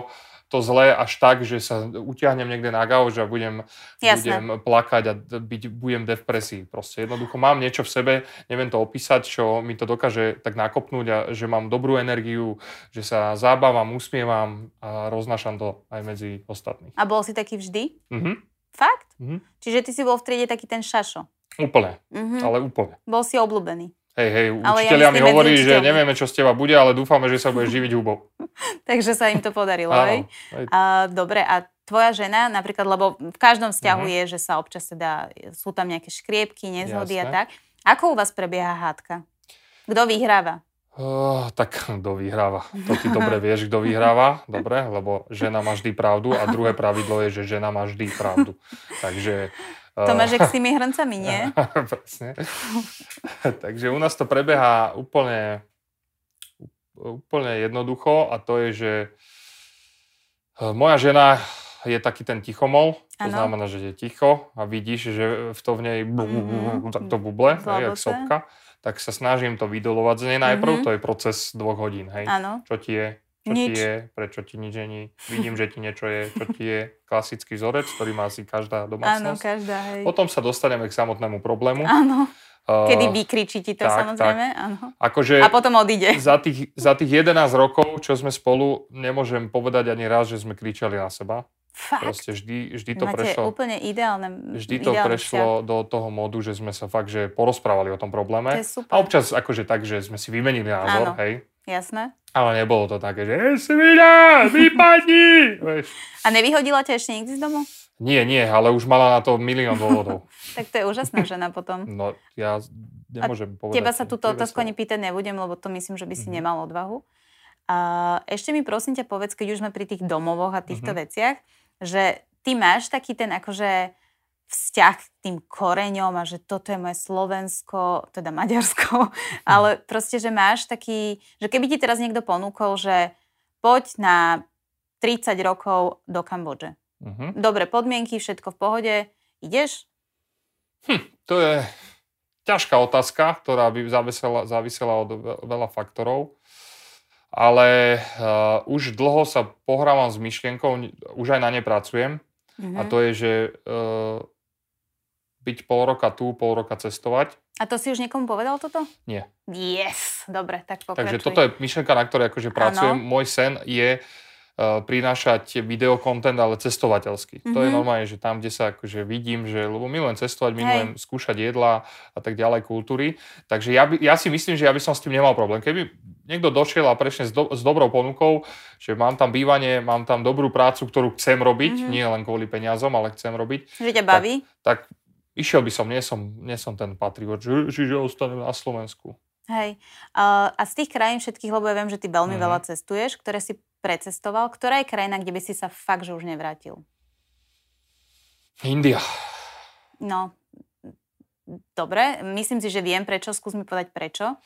[SPEAKER 2] to zlé až tak, že sa utiahnem niekde na gauč a budem,
[SPEAKER 1] Jasné.
[SPEAKER 2] budem plakať a d- byť, budem v depresii. Proste jednoducho mám niečo v sebe, neviem to opísať, čo mi to dokáže tak nakopnúť a že mám dobrú energiu, že sa zábavam, usmievam a roznášam to aj medzi ostatných.
[SPEAKER 1] A bol si taký vždy?
[SPEAKER 2] Mhm.
[SPEAKER 1] Fakt?
[SPEAKER 2] Mhm.
[SPEAKER 1] Čiže ty si bol v triede taký ten šašo.
[SPEAKER 2] Úplne,
[SPEAKER 1] Mhm.
[SPEAKER 2] ale úplne.
[SPEAKER 1] Bol si obľúbený. [LAUGHS]
[SPEAKER 2] Hej, hej,
[SPEAKER 1] Ale ja
[SPEAKER 2] učiteľia mi
[SPEAKER 1] myslím medzi
[SPEAKER 2] hovorí, že
[SPEAKER 1] učiteľmi.
[SPEAKER 2] nevieme, čo z teba bude, ale dúfame, že sa budeš
[SPEAKER 1] [LAUGHS]
[SPEAKER 2] živiť hubou.
[SPEAKER 1] Takže sa im to podarilo, hej?
[SPEAKER 2] Áno. hej.
[SPEAKER 1] A, dobre, a tvoja žena napríklad, lebo v každom vzťahu
[SPEAKER 2] Mhm.
[SPEAKER 1] je, že sa občas teda, sú tam nejaké škriepky, nezhody a
[SPEAKER 2] Jasné.
[SPEAKER 1] tak. Ako u vás prebieha hádka? Kto vyhráva?
[SPEAKER 2] Oh, tak kto vyhráva? To ty dobre vieš, kto vyhráva. Dobre, lebo žena má vždy pravdu a druhé pravidlo je, že žena má vždy pravdu. Takže... eh,
[SPEAKER 1] Tomášek s tými hrncami, nie? [LAUGHS]
[SPEAKER 2] Presne. Takže u nás to prebieha úplne, úplne jednoducho a to je, že e, moja žena je taký ten tichomol, to
[SPEAKER 1] Áno.
[SPEAKER 2] znamená, že je ticho a vidíš, že v to v nej bu- bu-
[SPEAKER 1] Mhm.
[SPEAKER 2] bu- bu- takto buble, hej, jak
[SPEAKER 1] Blboce.
[SPEAKER 2] sopka, tak sa snažím to vydolovať z nej najprv,
[SPEAKER 1] Mhm.
[SPEAKER 2] to je proces dvoch hodín, [LAUGHS] hej.
[SPEAKER 1] Áno.
[SPEAKER 2] Čo ti je? Čo
[SPEAKER 1] Nič.
[SPEAKER 2] ti je? Prečo ti nič není? Vidím, že ti niečo je. Čo ti je? Klasický vzorec, ktorý má asi každá
[SPEAKER 1] Áno,
[SPEAKER 2] domácnosť.
[SPEAKER 1] každá, hej.
[SPEAKER 2] Potom sa dostaneme k samotnému problému.
[SPEAKER 1] Áno,
[SPEAKER 2] Uh,
[SPEAKER 1] kedy vykričí ti to
[SPEAKER 2] tak,
[SPEAKER 1] samozrejme, áno.
[SPEAKER 2] Akože
[SPEAKER 1] A potom odíde.
[SPEAKER 2] za, tých, za tých 11 rokov, čo sme spolu, nemôžem povedať ani raz, že sme kričali na seba.
[SPEAKER 1] Fakt.
[SPEAKER 2] Proste vždy, vždy to
[SPEAKER 1] Máte
[SPEAKER 2] prešlo,
[SPEAKER 1] úplne ideálne.
[SPEAKER 2] vždy to
[SPEAKER 1] ideálny
[SPEAKER 2] prešlo do toho módu, že sme sa fakt že porozprávali o
[SPEAKER 1] vzťah. To
[SPEAKER 2] tom
[SPEAKER 1] je
[SPEAKER 2] probléme.
[SPEAKER 1] super.
[SPEAKER 2] A občas akože tak, že sme si vymenili
[SPEAKER 1] Áno.
[SPEAKER 2] názor, hej.
[SPEAKER 1] Jasné.
[SPEAKER 2] Ale nebolo to také, že "Eh, svina, vypadni! [LAUGHS] Vieš.
[SPEAKER 1] A nevyhodila ťa ešte nikdy z domu?
[SPEAKER 2] Nie, nie, ale už mala na to milión dôvodov.
[SPEAKER 1] Tak to je
[SPEAKER 2] [LAUGHS]
[SPEAKER 1] úžasná žena potom.
[SPEAKER 2] No ja nemôžem povedať.
[SPEAKER 1] Teba sa túto
[SPEAKER 2] Tebe
[SPEAKER 1] otázku ani pýtať nebudem, lebo to myslím, že by si
[SPEAKER 2] Mhm.
[SPEAKER 1] nemal odvahu. A ešte mi prosím ťa povedz, keď už sme pri tých domovoch a týchto
[SPEAKER 2] Mhm.
[SPEAKER 1] veciach, že ty máš taký ten akože vzťah k tým koreňom a že toto je moje Slovensko, teda Maďarsko, [LAUGHS]
[SPEAKER 2] Mhm.
[SPEAKER 1] ale proste, že máš taký, že keby ti teraz niekto ponúkol, že poď na 30 rokov do Kambodže.
[SPEAKER 2] Mhm.
[SPEAKER 1] Dobre, podmienky, všetko v pohode, ideš?
[SPEAKER 2] To je ťažká otázka, ktorá by závisela, závisela od ve- veľa faktorov. Ale uh, už dlho sa pohrávam s myšlienkou, ni- už aj na ne pracujem.
[SPEAKER 1] Mhm.
[SPEAKER 2] A to je, že uh, byť pol roka tu, pol roka cestovať.
[SPEAKER 1] A to si už niekomu povedal toto?
[SPEAKER 2] Nie.
[SPEAKER 1] Yes, dobre, tak pokračuj.
[SPEAKER 2] Takže toto je myšlienka, na ktorej akože pracujem. Môj sen je uh, prinášať videokontent, ale cestovateľský. To je
[SPEAKER 1] Mhm.
[SPEAKER 2] normálne, že tam, kde sa akože vidím, že, lebo milujem cestovať,
[SPEAKER 1] Hej.
[SPEAKER 2] milujem skúšať jedla a tak ďalej, kultúry. Takže ja, by, ja si myslím, že ja by som s tým nemal problém. Keby niekto došiel a prečne s, do, s dobrou ponukou, že mám tam bývanie, mám tam dobrú prácu, ktorú chcem robiť,
[SPEAKER 1] Mhm.
[SPEAKER 2] nie len kvôli peniazom, ale chcem robiť,
[SPEAKER 1] Že ťa baví?
[SPEAKER 2] tak išiel by som, nie som, nie som ten patriot, že, že, že ostanem na Slovensku.
[SPEAKER 1] Hej. Uh, a z tých krajín všetkých, lebo ja viem, že ty veľmi
[SPEAKER 2] Mhm.
[SPEAKER 1] veľa cestuješ, ktoré si precestoval, ktorá je krajina, kde by si sa fakt, že už nevrátil?
[SPEAKER 2] India.
[SPEAKER 1] No, dobre, myslím si, že viem prečo, skús mi povedať prečo.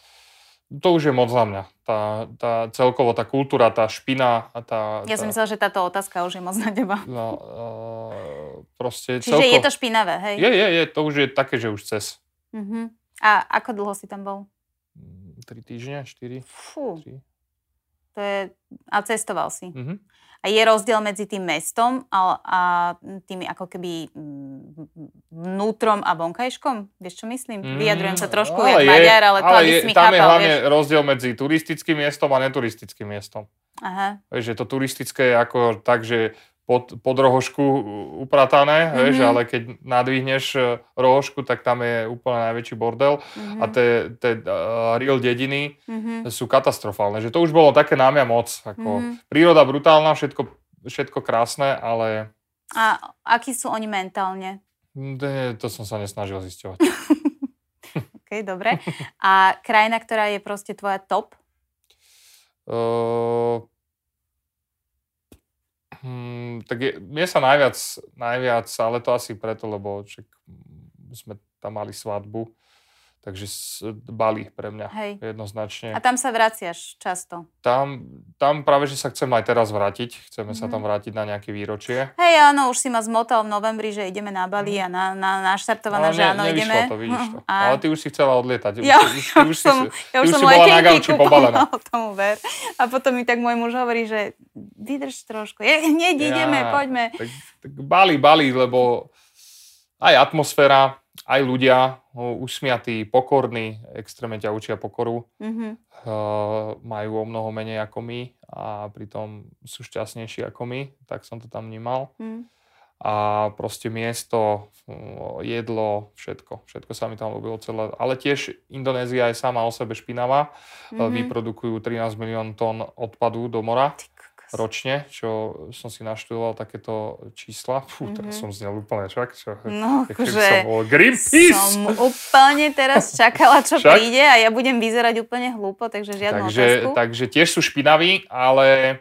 [SPEAKER 2] To už je moc za mňa. Tá, tá celkovo tá kultúra, tá špina a tá...
[SPEAKER 1] Ja
[SPEAKER 2] tá,
[SPEAKER 1] som myslela, že táto otázka už je moc na teba.
[SPEAKER 2] No, eh, proste
[SPEAKER 1] Čiže
[SPEAKER 2] celkovo...
[SPEAKER 1] je to špinavé, hej?
[SPEAKER 2] je, je, je, to už je také, že už cez
[SPEAKER 1] Uh-huh. A ako dlho si tam bol?
[SPEAKER 2] mm, 3 týždňa, 4,
[SPEAKER 1] Fú,
[SPEAKER 2] 3.
[SPEAKER 1] to je... A cestoval si.
[SPEAKER 2] Mhm.
[SPEAKER 1] A je rozdiel medzi tým mestom a, a tými ako keby mm, vnútrom a vonkajškom? Vieš, čo myslím? Vyjadrujem sa trošku jak Maďar, ale to aby
[SPEAKER 2] Mm. No, je,
[SPEAKER 1] si mi
[SPEAKER 2] tam je
[SPEAKER 1] chápal,
[SPEAKER 2] hlavne
[SPEAKER 1] vieš.
[SPEAKER 2] rozdiel medzi turistickým miestom a neturistickým miestom.
[SPEAKER 1] Aha.
[SPEAKER 2] Vieš, že to turistické je ako tak, že pod, pod rohošku upratané,
[SPEAKER 1] Mhm.
[SPEAKER 2] vieš, ale keď nadvihneš e, rohošku, tak tam je úplne najväčší bordel
[SPEAKER 1] Mhm.
[SPEAKER 2] a tie, tie uh, real dediny
[SPEAKER 1] mhm.
[SPEAKER 2] sú katastrofálne. Že to už bolo také námia moc. Ako
[SPEAKER 1] Mhm.
[SPEAKER 2] Príroda brutálna, všetko, všetko krásne, ale
[SPEAKER 1] A akí sú oni mentálne?
[SPEAKER 2] ne, to som sa nesnažil
[SPEAKER 1] [LAUGHS]
[SPEAKER 2] zisťovať.
[SPEAKER 1] OK,
[SPEAKER 2] [LAUGHS]
[SPEAKER 1] dobre. A krajina, ktorá je proste tvoja top?
[SPEAKER 2] Uh, hmm, tak je, mne sa najviac, najviac, ale to asi preto, lebo však sme tam mali svadbu, takže s, Bali pre mňa
[SPEAKER 1] Hej.
[SPEAKER 2] jednoznačne.
[SPEAKER 1] A tam sa vraciaš často.
[SPEAKER 2] Tam, tam práve, že sa chcem aj teraz vrátiť, chceme sa
[SPEAKER 1] Mhm.
[SPEAKER 2] tam vrátiť na nejaké výročie.
[SPEAKER 1] Hej, áno, už si ma zmotal v novembri, že ideme na Bali
[SPEAKER 2] Mhm.
[SPEAKER 1] a na, na, naštartovaná,
[SPEAKER 2] Ale
[SPEAKER 1] že
[SPEAKER 2] ne-
[SPEAKER 1] áno,
[SPEAKER 2] nevyšlo
[SPEAKER 1] ideme.
[SPEAKER 2] to, vidíš to.
[SPEAKER 1] [LAUGHS] A
[SPEAKER 2] Ale ty už si chcela odlietať. Už,
[SPEAKER 1] Ja
[SPEAKER 2] už, ty už si,
[SPEAKER 1] som- ja už
[SPEAKER 2] ty už
[SPEAKER 1] som
[SPEAKER 2] si
[SPEAKER 1] moje
[SPEAKER 2] bola na
[SPEAKER 1] kenky
[SPEAKER 2] gauči pobalená.
[SPEAKER 1] kúpovala, [LAUGHS] tomu ver. A potom mi tak môj muž hovorí, že vydrž trošku, je, hneď
[SPEAKER 2] Ja.
[SPEAKER 1] ideme, poďme.
[SPEAKER 2] tak, tak Bali, Bali, lebo aj atmosféra, aj ľudia, o, usmiatí, pokorní, extrémne ťa učia pokoru,
[SPEAKER 1] Mhm.
[SPEAKER 2] e, majú o mnoho menej ako my a pritom sú šťastnejší ako my, tak som to tam vnímal.
[SPEAKER 1] mhm.
[SPEAKER 2] A proste miesto, mm, jedlo, všetko. Všetko sa mi tam ľúbilo celé. Ale tiež Indonézia je sama o sebe špinavá.
[SPEAKER 1] Mhm.
[SPEAKER 2] Mm-hmm. Vyprodukujú 13 milión tón odpadu do mora
[SPEAKER 1] Ty kokos.
[SPEAKER 2] ročne, čo som si naštudoval takéto čísla. Fú, mm-hmm. teraz
[SPEAKER 1] Mhm.
[SPEAKER 2] som znel úplne však, čo... [LAUGHS]
[SPEAKER 1] No,
[SPEAKER 2] jak keby som
[SPEAKER 1] akože
[SPEAKER 2] bol Greenpeace!
[SPEAKER 1] som úplne
[SPEAKER 2] [LAUGHS]
[SPEAKER 1] teraz čakala, čo
[SPEAKER 2] Však?
[SPEAKER 1] príde a ja budem vyzerať úplne hlúpo, takže žiadnu
[SPEAKER 2] takže,
[SPEAKER 1] otázku.
[SPEAKER 2] takže tiež sú špinaví, ale...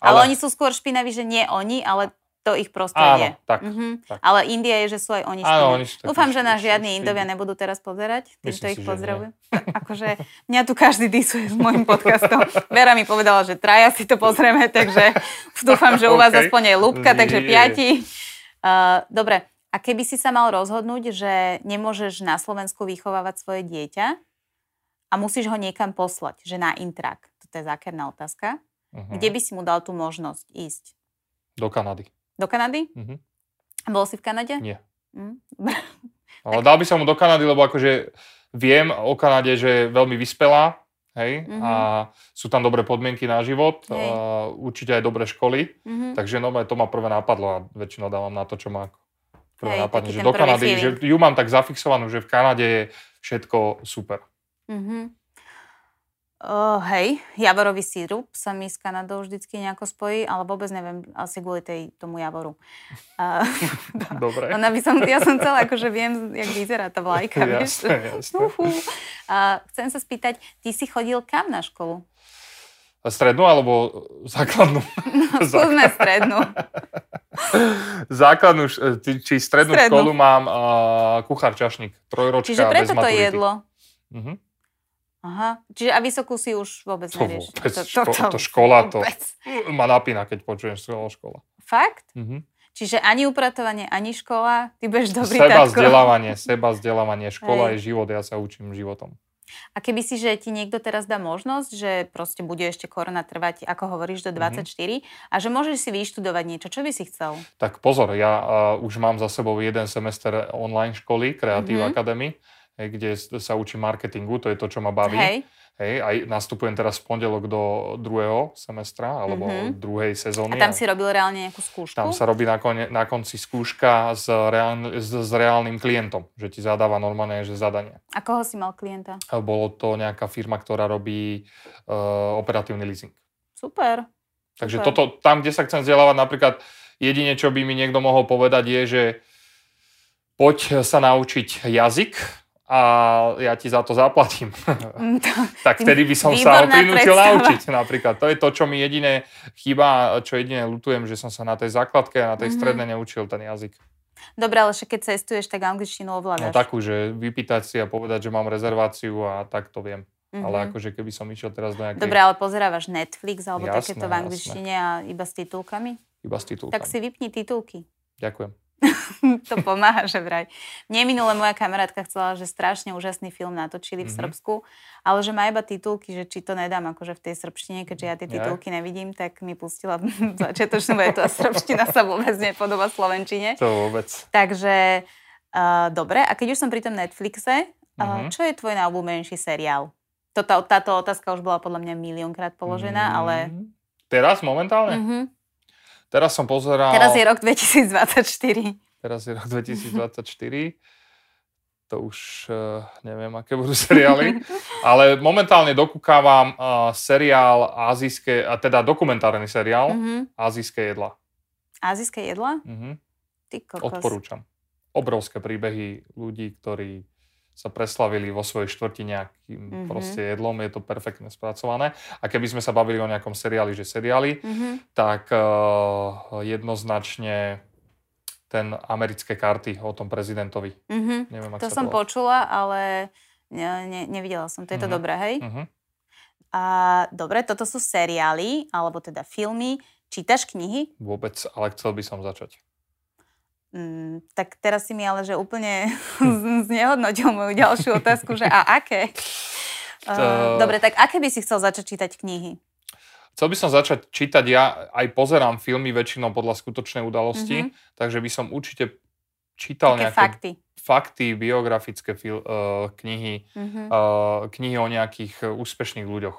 [SPEAKER 1] Ale oni sú skôr špinaví, že nie oni, ale to ich
[SPEAKER 2] Áno,
[SPEAKER 1] prostredie.
[SPEAKER 2] tak.
[SPEAKER 1] Mhm.
[SPEAKER 2] tak.
[SPEAKER 1] Ale India je, že sú aj oni špinaví.
[SPEAKER 2] Áno, oni sú takí
[SPEAKER 1] Dúfam, že nás
[SPEAKER 2] špi-
[SPEAKER 1] žiadni
[SPEAKER 2] špi-
[SPEAKER 1] Indovia nebudú teraz pozerať. Týmto
[SPEAKER 2] Myslím si,
[SPEAKER 1] ich
[SPEAKER 2] že
[SPEAKER 1] pozdravujem. [LAUGHS] Akože mňa tu každý disuje s môjim podcastom. Vera mi povedala, že traja si to pozrieme, [LAUGHS] takže dúfam, že u vás
[SPEAKER 2] OK.
[SPEAKER 1] aspoň je Lúbka, takže
[SPEAKER 2] Nie.
[SPEAKER 1] piati. [LAUGHS] Uh, dobre, a keby si sa mal rozhodnúť, že nemôžeš na Slovensku vychovávať svoje dieťa a musíš ho niekam poslať, že na intrak, to je zákerná otázka,
[SPEAKER 2] Mhm.
[SPEAKER 1] kde by si mu dal tú možnosť ísť?
[SPEAKER 2] Do Kanady.
[SPEAKER 1] Do Kanady?
[SPEAKER 2] Mhm.
[SPEAKER 1] Bol si v Kanade?
[SPEAKER 2] Nie.
[SPEAKER 1] Mm.
[SPEAKER 2] Ale dal by som mu do Kanady, lebo akože viem o Kanade, že je veľmi vyspelá, hej,
[SPEAKER 1] Mhm.
[SPEAKER 2] a sú tam dobré podmienky na život,
[SPEAKER 1] Hej.
[SPEAKER 2] a určite aj dobré školy,
[SPEAKER 1] Mhm.
[SPEAKER 2] takže no, to ma prvé nápadlo a väčšinou dávam na to, čo ma ako prvé
[SPEAKER 1] Hej,
[SPEAKER 2] nápadne,
[SPEAKER 1] taký
[SPEAKER 2] že
[SPEAKER 1] ten
[SPEAKER 2] do
[SPEAKER 1] prvý
[SPEAKER 2] Kanady, že
[SPEAKER 1] feeling.
[SPEAKER 2] ju mám tak zafixovanú, že v Kanade je všetko super.
[SPEAKER 1] Mhm. Uh, hej, javorový sírup sa mi s Kanadou vždycky nejako spojí, ale vôbec neviem, asi kvôli tej, tomu javoru. Uh,
[SPEAKER 2] Dobre.
[SPEAKER 1] [LAUGHS] ona by som, ja som celá, akože viem, jak vyzerá tá vlajka, vieš.
[SPEAKER 2] [LAUGHS] jasné, jasné.
[SPEAKER 1] Uhú. Uh, chcem sa spýtať, ty si chodil kam na školu?
[SPEAKER 2] A Strednú alebo základnú?
[SPEAKER 1] No,
[SPEAKER 2] [LAUGHS]
[SPEAKER 1] Skúsme strednú.
[SPEAKER 2] základnú, š- či, či strednú,
[SPEAKER 1] Strednú.
[SPEAKER 2] školu mám a, kuchár čašník, trojročka
[SPEAKER 1] Čiže
[SPEAKER 2] bez
[SPEAKER 1] preto to
[SPEAKER 2] maturity.
[SPEAKER 1] jedlo.
[SPEAKER 2] Mhm.
[SPEAKER 1] Aha. Čiže a vysokú si už vôbec
[SPEAKER 2] To
[SPEAKER 1] nerieš.
[SPEAKER 2] vôbec, ško- to škola, to-
[SPEAKER 1] vôbec.
[SPEAKER 2] Ma napína, keď počujem slovo škola.
[SPEAKER 1] Fakt?
[SPEAKER 2] Mhm.
[SPEAKER 1] Čiže ani upratovanie, ani škola, ty budeš dobrý
[SPEAKER 2] Seba
[SPEAKER 1] tatko.
[SPEAKER 2] vzdelávanie, seba vzdelávanie, škola
[SPEAKER 1] Hej.
[SPEAKER 2] je život, ja sa učím životom.
[SPEAKER 1] A keby si, že ti niekto teraz dá možnosť, že proste bude ešte korona trvať, ako hovoríš,
[SPEAKER 2] Mhm.
[SPEAKER 1] do 24 a že môžeš si vyštudovať niečo, čo by si chcel?
[SPEAKER 2] Tak pozor, ja uh, už mám za sebou jeden semester online školy Creative
[SPEAKER 1] Mhm.
[SPEAKER 2] Academy, hej, kde s- sa učím marketingu, to je to, čo ma baví.
[SPEAKER 1] Hej.
[SPEAKER 2] Hej, aj nastupujem teraz v pondelok do druhého semestra alebo
[SPEAKER 1] Mhm.
[SPEAKER 2] druhej sezóny.
[SPEAKER 1] A tam si robil reálne nejakú skúšku?
[SPEAKER 2] Tam sa robí na, kone, na konci skúška s, reál, s, s reálnym klientom, že ti zadáva normálne že zadanie.
[SPEAKER 1] A koho si mal klienta?
[SPEAKER 2] A Bolo to nejaká firma, ktorá robí uh, operatívny leasing.
[SPEAKER 1] Super.
[SPEAKER 2] Takže
[SPEAKER 1] Super.
[SPEAKER 2] toto, tam, kde sa chcem vzdelávať, napríklad jedine, čo by mi niekto mohol povedať, je, že poď sa naučiť jazyk a a ja ti za to zaplatím. [LAUGHS]
[SPEAKER 1] Mm, To,
[SPEAKER 2] tak vtedy by som sa ho
[SPEAKER 1] Výborná
[SPEAKER 2] prinútil
[SPEAKER 1] predstava.
[SPEAKER 2] naučiť napríklad. To je to, čo mi jediné chýba, a čo jediné lutujem, že som sa na tej základke a na tej
[SPEAKER 1] Mhm.
[SPEAKER 2] strednej neučil ten jazyk.
[SPEAKER 1] Dobre, ale však keď cestuješ, tak angličtinu
[SPEAKER 2] No
[SPEAKER 1] ovládaš.
[SPEAKER 2] takú, že vypýtať si a povedať, že mám rezerváciu a tak to viem.
[SPEAKER 1] Mhm.
[SPEAKER 2] Ale akože keby som išiel teraz do nejakej...
[SPEAKER 1] Dobre, ale pozerávaš Netflix alebo
[SPEAKER 2] Jasné,
[SPEAKER 1] takéto v
[SPEAKER 2] jasné.
[SPEAKER 1] angličtine a iba s titulkami?
[SPEAKER 2] Iba s titulkami.
[SPEAKER 1] Tak si vypni titulky.
[SPEAKER 2] Ďakujem.
[SPEAKER 1] [LAUGHS] to pomáha, že vraj. Mne minule moja kamarátka chcela, že strašne úžasný film natočili v
[SPEAKER 2] Mhm.
[SPEAKER 1] Srbsku, ale že má iba titulky, že či to nedám akože v tej srbštine, keďže ja tie
[SPEAKER 2] Ja?
[SPEAKER 1] titulky nevidím, tak mi pustila [LAUGHS] začiatočnú vetu a srbština sa vôbec nepodoba slovenčine.
[SPEAKER 2] To vôbec.
[SPEAKER 1] Takže uh, dobre, a keď už som pri tom Netflixe, uh,
[SPEAKER 2] Mhm.
[SPEAKER 1] čo je tvoj najobľúbenejší seriál? Toto, táto otázka už bola podľa mňa miliónkrát položená, ale...
[SPEAKER 2] Mm. Teraz momentálne?
[SPEAKER 1] Mhm.
[SPEAKER 2] Teraz som pozeral...
[SPEAKER 1] Teraz je rok [LAUGHS] 2024.
[SPEAKER 2] teraz je rok [LAUGHS] 2024. To už eh, neviem, aké budú [LAUGHS] seriály. Ale momentálne dokúkávam eh, seriál azijské, a teda dokumentárny seriál
[SPEAKER 1] Mhm.
[SPEAKER 2] azijské jedla.
[SPEAKER 1] Azijské jedla?
[SPEAKER 2] Mhm.
[SPEAKER 1] Ty kokos.
[SPEAKER 2] Odporúčam. Obrovské príbehy ľudí, ktorí sa preslavili vo svojej štvrti nejakým
[SPEAKER 1] Mhm.
[SPEAKER 2] proste jedlom. Je to perfektne spracované. A keby sme sa bavili o nejakom seriáli, že seriály,
[SPEAKER 1] Mhm.
[SPEAKER 2] tak eh, jednoznačne ten americké karty o tom prezidentovi.
[SPEAKER 1] Mhm.
[SPEAKER 2] Neviem, ak
[SPEAKER 1] To
[SPEAKER 2] sa
[SPEAKER 1] som
[SPEAKER 2] volá.
[SPEAKER 1] počula, ale ne, ne, nevidela som to. Je to
[SPEAKER 2] Mhm.
[SPEAKER 1] dobré, hej?
[SPEAKER 2] Mhm.
[SPEAKER 1] A dobre, toto sú seriály, alebo teda filmy. Čítaš knihy?
[SPEAKER 2] Vôbec, ale chcel by som začať.
[SPEAKER 1] Mm, tak teraz si mi ale, že úplne [LAUGHS] z- znehodnotil moju ďalšiu otázku, že a
[SPEAKER 2] [LAUGHS]
[SPEAKER 1] aké? Uh,
[SPEAKER 2] To-
[SPEAKER 1] dobre, tak aké by si chcel začať čítať knihy?
[SPEAKER 2] Chcel by som začať čítať, ja aj pozerám filmy väčšinou podľa skutočnej udalosti, takže by som určite čítal
[SPEAKER 1] Mhm. Také
[SPEAKER 2] nejaké
[SPEAKER 1] fakty.
[SPEAKER 2] fakty, biografické fil- eh, knihy,
[SPEAKER 1] Mhm.
[SPEAKER 2] eh, knihy o nejakých eh, úspešných ľuďoch.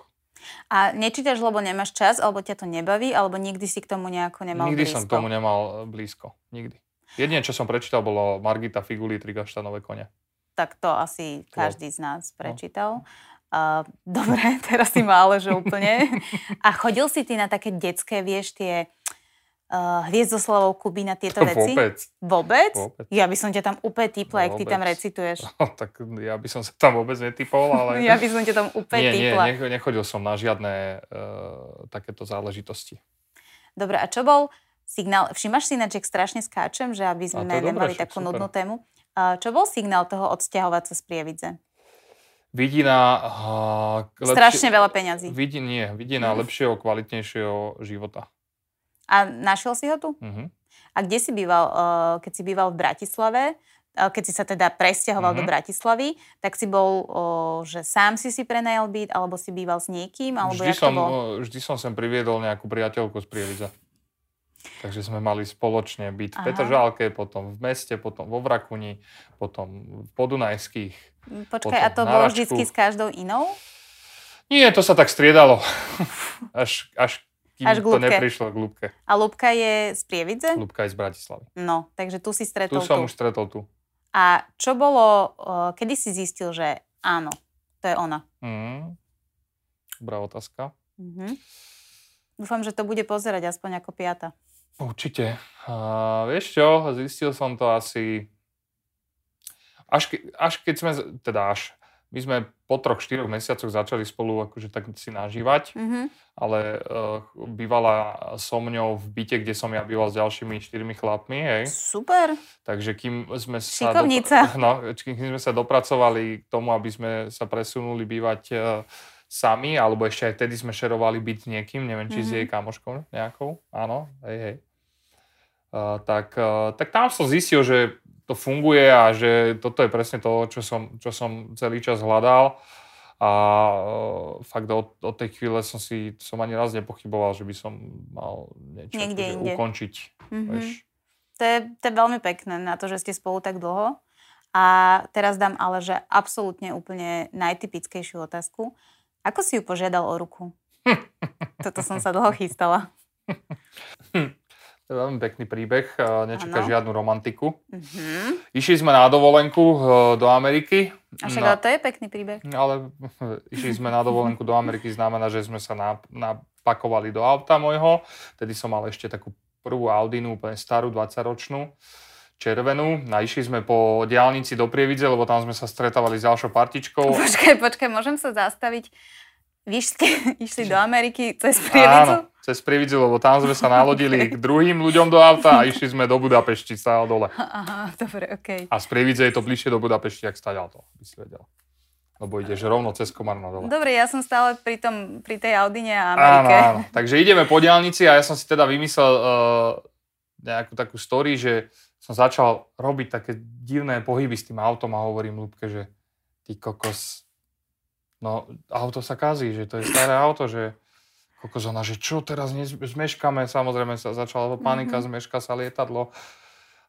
[SPEAKER 1] A nečítaš, lebo nemáš čas, alebo ťa to nebaví, alebo nikdy si k tomu nejako nemal
[SPEAKER 2] Nikdy
[SPEAKER 1] blízko?
[SPEAKER 2] som tomu nemal eh, blízko. Nikdy. Jedine, čo som prečítal, bolo Margita Figuli, Tri kaštanové kone.
[SPEAKER 1] tak to asi
[SPEAKER 2] To- no.
[SPEAKER 1] každý z nás prečítal. Uh, dobre, [LAUGHS] teraz si ma ale, že úplne. A chodil si ty na také detské, vieš, tie uh, hviezdoslavov Kuby na
[SPEAKER 2] [LAUGHS]
[SPEAKER 1] tieto
[SPEAKER 2] To
[SPEAKER 1] veci?
[SPEAKER 2] vôbec.
[SPEAKER 1] Vôbec?
[SPEAKER 2] Vôbec.
[SPEAKER 1] Ja by som ťa tam úplne typla, ak ty tam
[SPEAKER 2] Vôbec.
[SPEAKER 1] recituješ.
[SPEAKER 2] No, tak ja by som sa tam vôbec netypol, ale...
[SPEAKER 1] [LAUGHS] Ja by som ťa tam úplne
[SPEAKER 2] nie, nie,
[SPEAKER 1] typla.
[SPEAKER 2] nech- nechodil som na žiadne eh, takéto záležitosti.
[SPEAKER 1] Dobre, a čo bol signál? Všimáš si ináč, že strašne skáčem, že aby sme
[SPEAKER 2] to je dobré,
[SPEAKER 1] nemali
[SPEAKER 2] však
[SPEAKER 1] takú
[SPEAKER 2] super.
[SPEAKER 1] nudnú tému. Uh, čo bol signál toho odsťahovať sa z Prievidze?
[SPEAKER 2] Vidina... Uh,
[SPEAKER 1] Strašne veľa Mhm. peňazí.
[SPEAKER 2] Vidí, nie, vidina lepšieho, kvalitnejšieho života.
[SPEAKER 1] A našiel si ho tu?
[SPEAKER 2] Mhm.
[SPEAKER 1] A kde si býval, eh, keď si býval v Bratislave, eh, keď si sa teda presťahoval do
[SPEAKER 2] Mhm.
[SPEAKER 1] Bratislavy, tak si bol, eh, že sám si si prenajal byt, alebo si býval s niekým, alebo
[SPEAKER 2] Vždy,
[SPEAKER 1] jak to
[SPEAKER 2] som,
[SPEAKER 1] bolo?
[SPEAKER 2] eh, vždy som sem priviedol nejakú priateľku z Prievidza. Takže sme mali spoločne byť v
[SPEAKER 1] Aha.
[SPEAKER 2] Petržálke, potom v meste, potom vo Vrakuni, potom v Podunajských.
[SPEAKER 1] Mm, Počkaj,
[SPEAKER 2] eh, potom
[SPEAKER 1] a to
[SPEAKER 2] na
[SPEAKER 1] bolo
[SPEAKER 2] račku.
[SPEAKER 1] vždycky s každou inou?
[SPEAKER 2] Nie, to sa tak striedalo. [LAUGHS] Až, až kým
[SPEAKER 1] Až k
[SPEAKER 2] to
[SPEAKER 1] Ľubke.
[SPEAKER 2] neprišlo k Lubke.
[SPEAKER 1] A Lubka je z Prievidze?
[SPEAKER 2] Lubka je z Bratislavy.
[SPEAKER 1] No, takže tu si
[SPEAKER 2] Tu
[SPEAKER 1] stretol tu.
[SPEAKER 2] som už stretol tu.
[SPEAKER 1] A čo bolo, eh, kedy si zistil, že áno, to je ona?
[SPEAKER 2] Mhm. Dobrá otázka.
[SPEAKER 1] Mhm. Dúfam, že to bude pozerať aspoň ako piata.
[SPEAKER 2] Určite. A vieš čo, zistil som to asi... Až, ke, až keď sme, z- teda až, my sme po troch, štyroch mesiacoch začali spolu akože tak si nažívať,
[SPEAKER 1] Mhm.
[SPEAKER 2] ale uh, bývala so mňou v byte, kde som ja býval s ďalšími štyrmi chlapmi, hej.
[SPEAKER 1] Super.
[SPEAKER 2] Takže kým sme sa...
[SPEAKER 1] Šikovnica.
[SPEAKER 2] no, kým sme sa dopracovali k tomu, aby sme sa presunuli bývať eh, sami, alebo ešte aj vtedy sme šerovali byť s niekým, neviem, či s
[SPEAKER 1] Mhm.
[SPEAKER 2] jej kamoškou nejakou, áno, hej, hej. Eh, tak, eh, tak tam som zistil, že to funguje a že toto je presne to, čo som, čo som celý čas hľadal. A eh, fakt od, od tej chvíle som si som ani raz nepochyboval, že by som mal niečo
[SPEAKER 1] Niekde
[SPEAKER 2] akože
[SPEAKER 1] inde.
[SPEAKER 2] ukončiť.
[SPEAKER 1] Mhm.
[SPEAKER 2] Vieš.
[SPEAKER 1] To je, to je veľmi pekné na to, že ste spolu tak dlho. A teraz dám ale, že absolútne úplne najtypickejšiu otázku. Ako si ju požiadal o
[SPEAKER 2] [LAUGHS]
[SPEAKER 1] ruku? Toto som sa dlho chystala.
[SPEAKER 2] To je veľmi pekný príbeh, eh,
[SPEAKER 1] Áno.
[SPEAKER 2] nečaká žiadnu romantiku.
[SPEAKER 1] Mhm.
[SPEAKER 2] Išli sme na dovolenku eh, do Ameriky.
[SPEAKER 1] A však
[SPEAKER 2] No,
[SPEAKER 1] ale to je pekný príbeh.
[SPEAKER 2] ale [LAUGHS] išli sme na dovolenku do Ameriky, znamená, že sme sa nap- napakovali do auta môjho. Vtedy som mal ešte takú prvú Audinu, úplne starú, 20-ročnú. červenú. A išli sme po diálnici do Prievidze, lebo tam sme sa stretávali s ďalšou partičkou.
[SPEAKER 1] [LAUGHS] Počkaj, počkaj, môžem sa zastaviť. Víš, keď [LAUGHS] išli do Ameriky cez Prievidzu?
[SPEAKER 2] Áno, cez Prievidzu, lebo tam sme sa nalodili k druhým ľuďom do auta a išli sme do Budapešti stále dole.
[SPEAKER 1] Aha, dobre, okej.
[SPEAKER 2] A z Prievidze je to bližšie do Budapešti, ak stáďal to, by si vedel. Lebo ideš rovno cez Komarno dole.
[SPEAKER 1] Dobre, ja som stále pri, tom, pri tej Audine a
[SPEAKER 2] Áno,
[SPEAKER 1] Amerike.
[SPEAKER 2] áno. Takže ideme po diálnici a ja som si teda vymyslel uh, nejakú takú story, že som začal robiť také divné pohyby s tým autom a hovorím Lúbke, že ty kokos, no auto sa kazí, že to je staré auto, že kokos ona, že čo teraz nez- zmeškame, samozrejme sa začala
[SPEAKER 1] Mhm.
[SPEAKER 2] panika, mm-hmm. zmeška sa lietadlo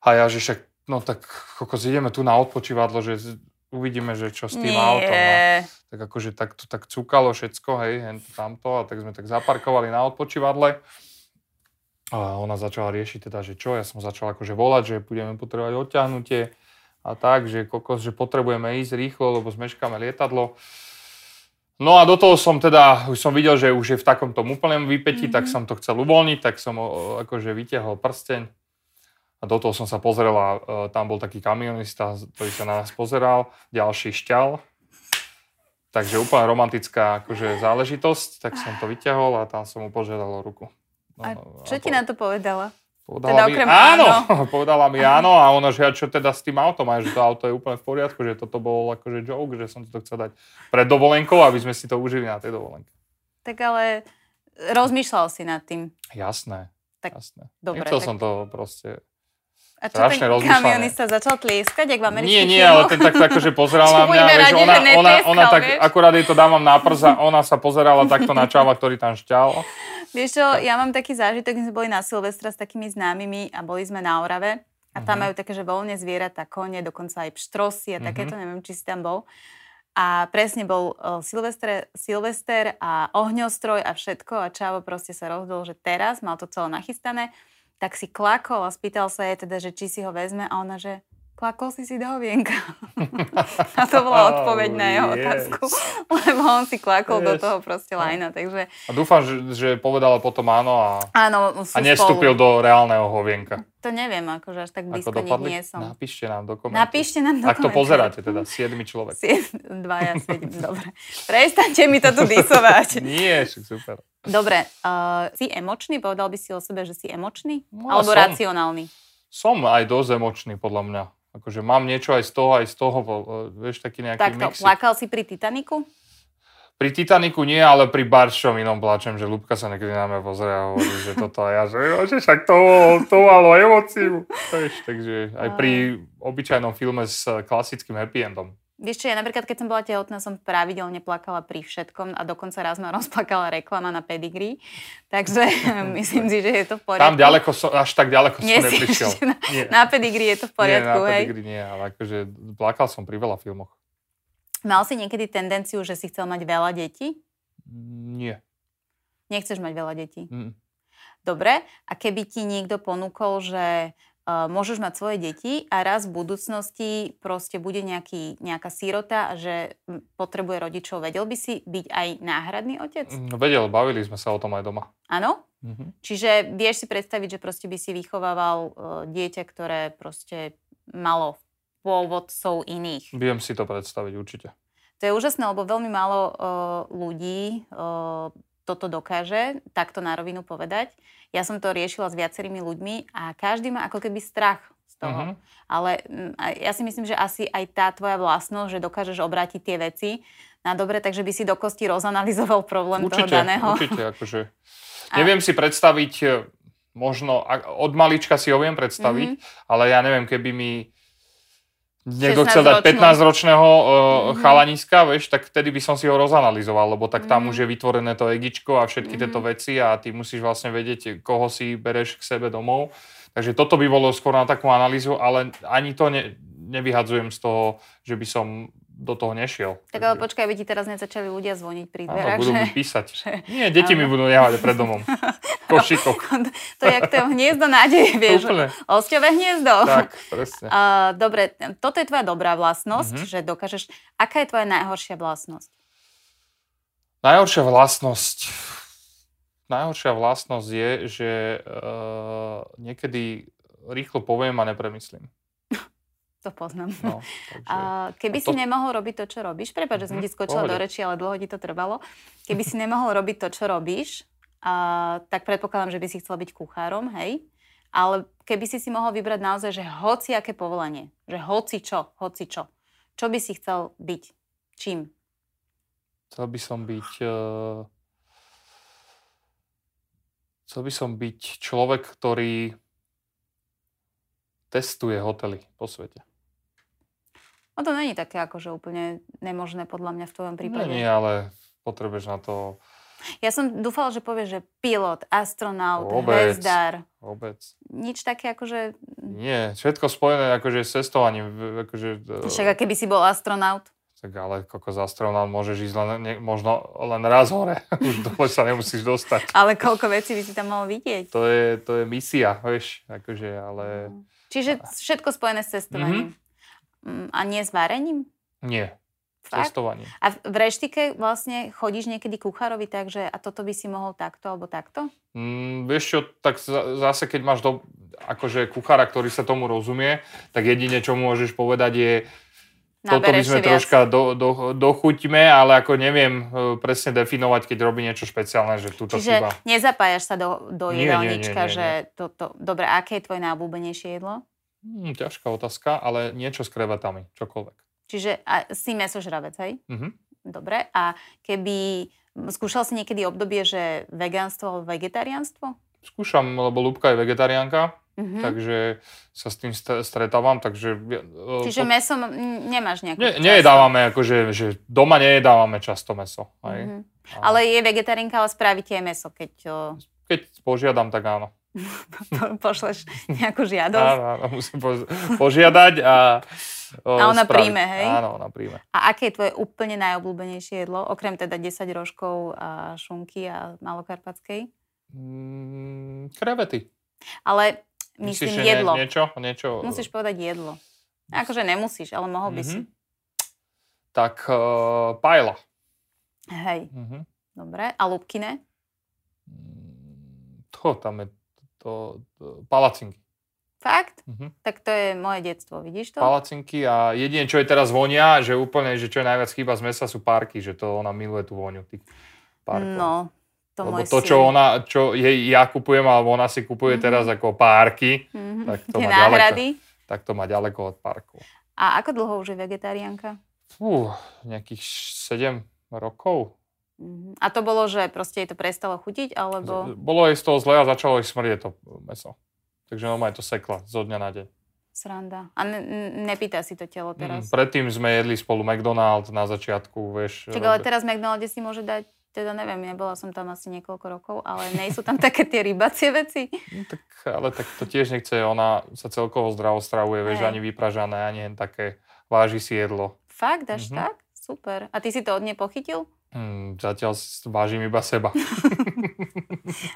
[SPEAKER 2] a ja, že však, no tak kokos ideme tu na odpočívadlo, že z- uvidíme, že čo s tým autom. a-
[SPEAKER 1] Nie.
[SPEAKER 2] tak akože tak to tak cúkalo všetko, hej, hento, tamto, a tak sme tak zaparkovali na odpočívadle. A ona začala riešiť teda, že čo, ja som začal akože volať, že budeme potrebovať odťahnutie a tak, že kokos, že potrebujeme ísť rýchlo, lebo zmeškáme lietadlo. No a do toho som teda, už som videl, že už je v takomto úplnom vypetí, mm-hmm. tak som to chcel uvoľniť, tak som o, o, akože vytiahol prsteň a do toho som sa pozrel a e, tam bol taký kamionista, ktorý sa na nás pozeral, ďalší šťal. Takže úplne romantická akože, záležitosť, tak som to vyťahol a tam som mu požiadal o ruku. No,
[SPEAKER 1] A
[SPEAKER 2] no,
[SPEAKER 1] čo
[SPEAKER 2] a
[SPEAKER 1] ti
[SPEAKER 2] po-
[SPEAKER 1] na to povedala?
[SPEAKER 2] Povedala
[SPEAKER 1] Teda
[SPEAKER 2] mi,
[SPEAKER 1] okrem
[SPEAKER 2] áno, [LAUGHS] povedala mi áno a ona, že ja čo teda s tým autom, a ja, že to auto je úplne v poriadku, že toto bol akože joke, že som ti to chcel dať pred dovolenkou, aby sme si to užili na tej dovolenke.
[SPEAKER 1] Tak ale e, rozmýšľal si nad tým.
[SPEAKER 2] Jasné,
[SPEAKER 1] Tak,
[SPEAKER 2] jasné.
[SPEAKER 1] dobre,
[SPEAKER 2] Nechcel
[SPEAKER 1] tak-
[SPEAKER 2] som to proste...
[SPEAKER 1] A čo ten
[SPEAKER 2] Strašné rozmýšľanie.
[SPEAKER 1] kamionista začal tlieskať, jak v
[SPEAKER 2] Nie,
[SPEAKER 1] amerických
[SPEAKER 2] nie,
[SPEAKER 1] filmoch?
[SPEAKER 2] ale ten tak akože
[SPEAKER 1] [LAUGHS]
[SPEAKER 2] pozeral
[SPEAKER 1] Čo
[SPEAKER 2] na mňa,
[SPEAKER 1] budeme
[SPEAKER 2] vieš,
[SPEAKER 1] radi,
[SPEAKER 2] ona,
[SPEAKER 1] že netieskal,
[SPEAKER 2] ona, ona tak,
[SPEAKER 1] vieš?
[SPEAKER 2] akurát jej to dávam na prsa, ona sa pozerala takto na čava, ktorý tam
[SPEAKER 1] [LAUGHS]
[SPEAKER 2] šťal.
[SPEAKER 1] Vieš čo, ja mám taký zážitok, my sme boli na Silvestra s takými známymi a boli sme na Orave a
[SPEAKER 2] Mhm.
[SPEAKER 1] tam majú také, že voľne zvieratá, kone, dokonca aj pštrosy a takéto, neviem, či si tam bol. A presne bol eh, Silvestre, Silvester a ohňostroj a všetko a Čavo proste sa rozhodol, že teraz, mal to celé nachystané, tak si klakol a spýtal sa jej teda, že či si ho vezme a ona, že klakol si si do
[SPEAKER 2] [LAUGHS]
[SPEAKER 1] hovienka. a to bola odpoveď na jeho
[SPEAKER 2] Oh, yes.
[SPEAKER 1] otázku, [LAUGHS] lebo on si klakol do
[SPEAKER 2] Yes.
[SPEAKER 1] toho proste lajna, takže
[SPEAKER 2] A dúfam, že, že povedala potom áno a,
[SPEAKER 1] áno, sú
[SPEAKER 2] a nestúpil
[SPEAKER 1] spolu.
[SPEAKER 2] do reálneho hovienka.
[SPEAKER 1] To neviem, akože až tak blízko
[SPEAKER 2] Ako
[SPEAKER 1] nich
[SPEAKER 2] dopadli?
[SPEAKER 1] nie som.
[SPEAKER 2] Napíšte nám do komentov.
[SPEAKER 1] Napíšte nám do
[SPEAKER 2] Ak to
[SPEAKER 1] komentárov.
[SPEAKER 2] pozeráte, teda siedmy
[SPEAKER 1] [LAUGHS]
[SPEAKER 2] človek.
[SPEAKER 1] Sie- Dvaja, sedem, dobre. Prestaňte mi to tu disovať.
[SPEAKER 2] Nie, však super.
[SPEAKER 1] Dobre, uh, si emočný? Povedal by si o sebe, že si emočný?
[SPEAKER 2] No,
[SPEAKER 1] Alebo
[SPEAKER 2] som.
[SPEAKER 1] racionálny?
[SPEAKER 2] Som aj dosť emočný, podľa mňa. Akože mám niečo aj z toho, aj z toho, bo- e, vieš, taký nejaký
[SPEAKER 1] Takto,
[SPEAKER 2] mix.
[SPEAKER 1] plakal si pri Titaniku?
[SPEAKER 2] Pri Titaniku nie, ale pri barčom inom plačem, že Lubka sa niekedy na mňa pozrie a hovorí, že toto a ja, že, jo, že však to, to malo emóciu. Vieš, takže aj pri obyčajnom filme s klasickým happy endom.
[SPEAKER 1] Vieš čo, ja napríklad, keď som bola tehotná, som pravidelne plakala pri všetkom a dokonca raz ma [LAUGHS] rozplakala reklama na pedigree.
[SPEAKER 2] [LAUGHS]
[SPEAKER 1] Takže myslím si, že je to v poriadku.
[SPEAKER 2] Tam ďaleko som, až tak ďaleko som
[SPEAKER 1] nie si
[SPEAKER 2] neprišiel.
[SPEAKER 1] ešte na,
[SPEAKER 2] Nie.
[SPEAKER 1] na pedigree je to v poriadku,
[SPEAKER 2] nie, na
[SPEAKER 1] hej?
[SPEAKER 2] Pedigree nie, ale akože plakal som pri veľa filmoch.
[SPEAKER 1] Mal si niekedy tendenciu, že si chcel mať veľa detí?
[SPEAKER 2] Nie.
[SPEAKER 1] Nechceš mať veľa detí.
[SPEAKER 2] Mm.
[SPEAKER 1] Dobre, a keby ti niekto ponúkol, že uh, môžeš mať svoje deti a raz v budúcnosti proste bude nejaký, nejaká sírota a že mm, potrebuje rodičov, vedel by si byť aj náhradný otec?
[SPEAKER 2] Mm, Vedel, bavili sme sa o tom aj doma.
[SPEAKER 1] Áno?
[SPEAKER 2] Mhm.
[SPEAKER 1] Čiže vieš si predstaviť, že proste by si vychovával uh, dieťa, ktoré proste malo pôvodcov iných.
[SPEAKER 2] Viem si to predstaviť určite.
[SPEAKER 1] To je úžasné, lebo veľmi málo uh, ľudí uh, toto dokáže takto na rovinu povedať. Ja som to riešila s viacerými ľuďmi a každý má ako keby strach z toho.
[SPEAKER 2] Mhm.
[SPEAKER 1] Ale mm, a ja si myslím, že asi aj tá tvoja vlastnosť, že dokážeš obrátiť tie veci na dobre, takže by si do kosti rozanalizoval problém toho daného. [LAUGHS]
[SPEAKER 2] Určite, akože.
[SPEAKER 1] A-
[SPEAKER 2] Neviem si predstaviť, e, možno a- od malička si ho viem predstaviť,
[SPEAKER 1] Mhm.
[SPEAKER 2] ale ja neviem, keby mi niekto chcel dať
[SPEAKER 1] 16-ročnú.
[SPEAKER 2] 15-ročného uh,
[SPEAKER 1] Mhm.
[SPEAKER 2] chalaniska, vieš, tak vtedy by som si ho rozanalizoval, lebo tak tam
[SPEAKER 1] Mhm.
[SPEAKER 2] už je vytvorené to egičko a všetky tieto
[SPEAKER 1] Mhm.
[SPEAKER 2] veci a ty musíš vlastne vedieť, koho si bereš k sebe domov. Takže toto by bolo skôr na takú analýzu, ale ani to ne, nevyhadzujem z toho, že by som do toho nešiel.
[SPEAKER 1] Tak ale
[SPEAKER 2] Takže-
[SPEAKER 1] počkaj, aby ti teraz nezačali ľudia zvoniť pri
[SPEAKER 2] Áno,
[SPEAKER 1] dverách,
[SPEAKER 2] budú
[SPEAKER 1] že...
[SPEAKER 2] mi písať. Nie, deti mi budú nehať pred domom. Košikok.
[SPEAKER 1] [LAUGHS] to je jak to hniezdo
[SPEAKER 2] [LAUGHS]
[SPEAKER 1] nádeje, [LAUGHS] vieš. [LAUGHS]
[SPEAKER 2] Úplne.
[SPEAKER 1] Osťové hniezdo.
[SPEAKER 2] Tak,
[SPEAKER 1] [LAUGHS]
[SPEAKER 2] presne.
[SPEAKER 1] Uh, dobre, toto je tvoja dobrá
[SPEAKER 2] Mhm.
[SPEAKER 1] vlastnosť, že dokážeš... Aká je tvoja najhoršia vlastnosť?
[SPEAKER 2] Najhoršia vlastnosť. Najhoršia vlastnosť je, že eh, niekedy rýchlo poviem a nepremyslím.
[SPEAKER 1] To poznám.
[SPEAKER 2] No,
[SPEAKER 1] [LAUGHS]
[SPEAKER 2] takže...
[SPEAKER 1] A keby
[SPEAKER 2] A
[SPEAKER 1] to... si
[SPEAKER 2] to-
[SPEAKER 1] nemohol robiť to, čo robíš, prepáč, že som
[SPEAKER 2] Mhm,
[SPEAKER 1] ti skočila
[SPEAKER 2] pohode.
[SPEAKER 1] do reči, ale dlho ti to trvalo, keby si nemohol robiť to, čo robíš, a, tak predpokladám, že by si chcel byť kuchárom, hej? Ale keby si si mohol vybrať naozaj, že hoci aké povolanie, že hoci čo, hoci čo, čo by si chcel byť? Čím?
[SPEAKER 2] Chcel by som byť... eh, Chcel by som byť človek, ktorý testuje hotely po svete.
[SPEAKER 1] No to není také akože úplne nemožné podľa mňa v tvojom prípade.
[SPEAKER 2] No Nie, ale potrebuješ na to
[SPEAKER 1] Ja som dúfala, že povieš, že pilot, astronaut,
[SPEAKER 2] Vôbec.
[SPEAKER 1] hvezdár.
[SPEAKER 2] vôbec.
[SPEAKER 1] Nič také akože...
[SPEAKER 2] Nie, všetko spojené akože s cestovaním. v- Akože, eh,
[SPEAKER 1] Však a keby si bol astronaut?
[SPEAKER 2] Tak ale kokos astronaut môžeš ísť len, ne, možno len raz hore. [LAUGHS] Už dole sa nemusíš dostať.
[SPEAKER 1] Ale koľko vecí by si tam mohol vidieť.
[SPEAKER 2] To je, to je misia, vieš, akože, ale
[SPEAKER 1] Čiže všetko spojené s cestovaním.
[SPEAKER 2] Mhm.
[SPEAKER 1] Mm, A nie s varením?
[SPEAKER 2] nie,
[SPEAKER 1] Fakt?
[SPEAKER 2] cestovanie.
[SPEAKER 1] A v- v reštike vlastne chodíš niekedy kuchárovi tak, že a toto by si mohol takto alebo takto?
[SPEAKER 2] Mm, vieš čo, tak za- zase keď máš do, akože kuchára, ktorý sa tomu rozumie, tak jedine, čo mu môžeš povedať je, toto by
[SPEAKER 1] Nabereš
[SPEAKER 2] sme
[SPEAKER 1] si viac.
[SPEAKER 2] troška do, do, dochuťme, ale ako neviem e, presne definovať, keď robí niečo špeciálne, že túto
[SPEAKER 1] Čiže
[SPEAKER 2] chyba.
[SPEAKER 1] nezapájaš sa do, do
[SPEAKER 2] Nie, nie, nie,
[SPEAKER 1] jedálnička,
[SPEAKER 2] nie, nie.
[SPEAKER 1] že toto... Dobre, aké je tvoje najobľúbenejšie jedlo?
[SPEAKER 2] Hm, ťažká otázka, ale niečo s krevetami, čokoľvek.
[SPEAKER 1] Čiže a, si mesožravec, hej?
[SPEAKER 2] Mhm.
[SPEAKER 1] Dobre. A keby... Skúšal si niekedy obdobie, že vegánstvo alebo vegetariánstvo?
[SPEAKER 2] Skúšam, lebo Lubka je vegetariánka,
[SPEAKER 1] Mhm.
[SPEAKER 2] takže sa s tým st- stretávam, takže... e,
[SPEAKER 1] Čiže
[SPEAKER 2] po-
[SPEAKER 1] meso m- nemáš nejakú... časť?
[SPEAKER 2] Ne, nejedávame, akože, že doma nejedávame často meso. Aj.
[SPEAKER 1] Mhm. Ale je vegetariánka, ale spravíte aj meso, keď o, [LAUGHS]
[SPEAKER 2] Keď požiadam, tak áno.
[SPEAKER 1] po- pošleš nejakú žiadosť.
[SPEAKER 2] Áno, [LAUGHS] áno, musím po- požiadať a... o,
[SPEAKER 1] A ona
[SPEAKER 2] spraviť.
[SPEAKER 1] príjme, hej?
[SPEAKER 2] Áno, ona príjme.
[SPEAKER 1] A aké je tvoje úplne najobľúbenejšie jedlo, okrem teda 10 rožkov a šunky a malokarpatskej?
[SPEAKER 2] Mm, krevety.
[SPEAKER 1] Ale myslím
[SPEAKER 2] že
[SPEAKER 1] jedlo.
[SPEAKER 2] Nie, niečo, niečo...
[SPEAKER 1] Musíš povedať jedlo. Akože nemusíš, ale mohol by si.
[SPEAKER 2] Mhm. Tak uh, pajla.
[SPEAKER 1] Hej,
[SPEAKER 2] Mhm.
[SPEAKER 1] dobre. A lúbkine?
[SPEAKER 2] Mm, To tam je... To, to, palacinky.
[SPEAKER 1] Fakt?
[SPEAKER 2] Mhm.
[SPEAKER 1] Tak to je moje detstvo, vidíš to?
[SPEAKER 2] Palacinky a jedine, čo je teraz vonia, že úplne, že čo je najviac chýba z mesa, sú parky, že to ona miluje tú vôňu tých parkov.
[SPEAKER 1] No, to
[SPEAKER 2] Lebo
[SPEAKER 1] môj
[SPEAKER 2] to,
[SPEAKER 1] syn.
[SPEAKER 2] čo, ona, čo jej ja kupujem, alebo ona si kupuje
[SPEAKER 1] Mhm.
[SPEAKER 2] teraz ako párky,
[SPEAKER 1] Mhm.
[SPEAKER 2] tak to
[SPEAKER 1] Tie
[SPEAKER 2] má ďaleko.
[SPEAKER 1] náhrady.
[SPEAKER 2] tak to má ďaleko od parku.
[SPEAKER 1] A ako dlho už je vegetariánka?
[SPEAKER 2] Fú, nejakých 7 rokov.
[SPEAKER 1] Mhm. A to bolo, že proste jej to prestalo chutiť, alebo
[SPEAKER 2] Z- Bolo jej z toho zle a začalo jej smrdieť to meso. Takže normálne to sekla zo dňa na deň.
[SPEAKER 1] sranda? A ne- ne- nepýta si to telo
[SPEAKER 2] Mm,
[SPEAKER 1] teraz.
[SPEAKER 2] predtým sme jedli spolu McDonald's na začiatku, vieš. e,
[SPEAKER 1] Čak, ale
[SPEAKER 2] robe-
[SPEAKER 1] teraz McDonald's si môže dať, teda neviem, nebola som tam asi niekoľko rokov, ale nej sú tam [LAUGHS] také tie rybacie veci.
[SPEAKER 2] No, tak, ale tak to tiež nechce, ona sa celkovo zdravo stravuje, vieš,
[SPEAKER 1] Hej.
[SPEAKER 2] ani vypražané, ani len také, váži si jedlo.
[SPEAKER 1] Fakt, až
[SPEAKER 2] Mhm.
[SPEAKER 1] tak? Super. A ty si to od nej pochytil?
[SPEAKER 2] Mm, zatiaľ s- vážim iba seba.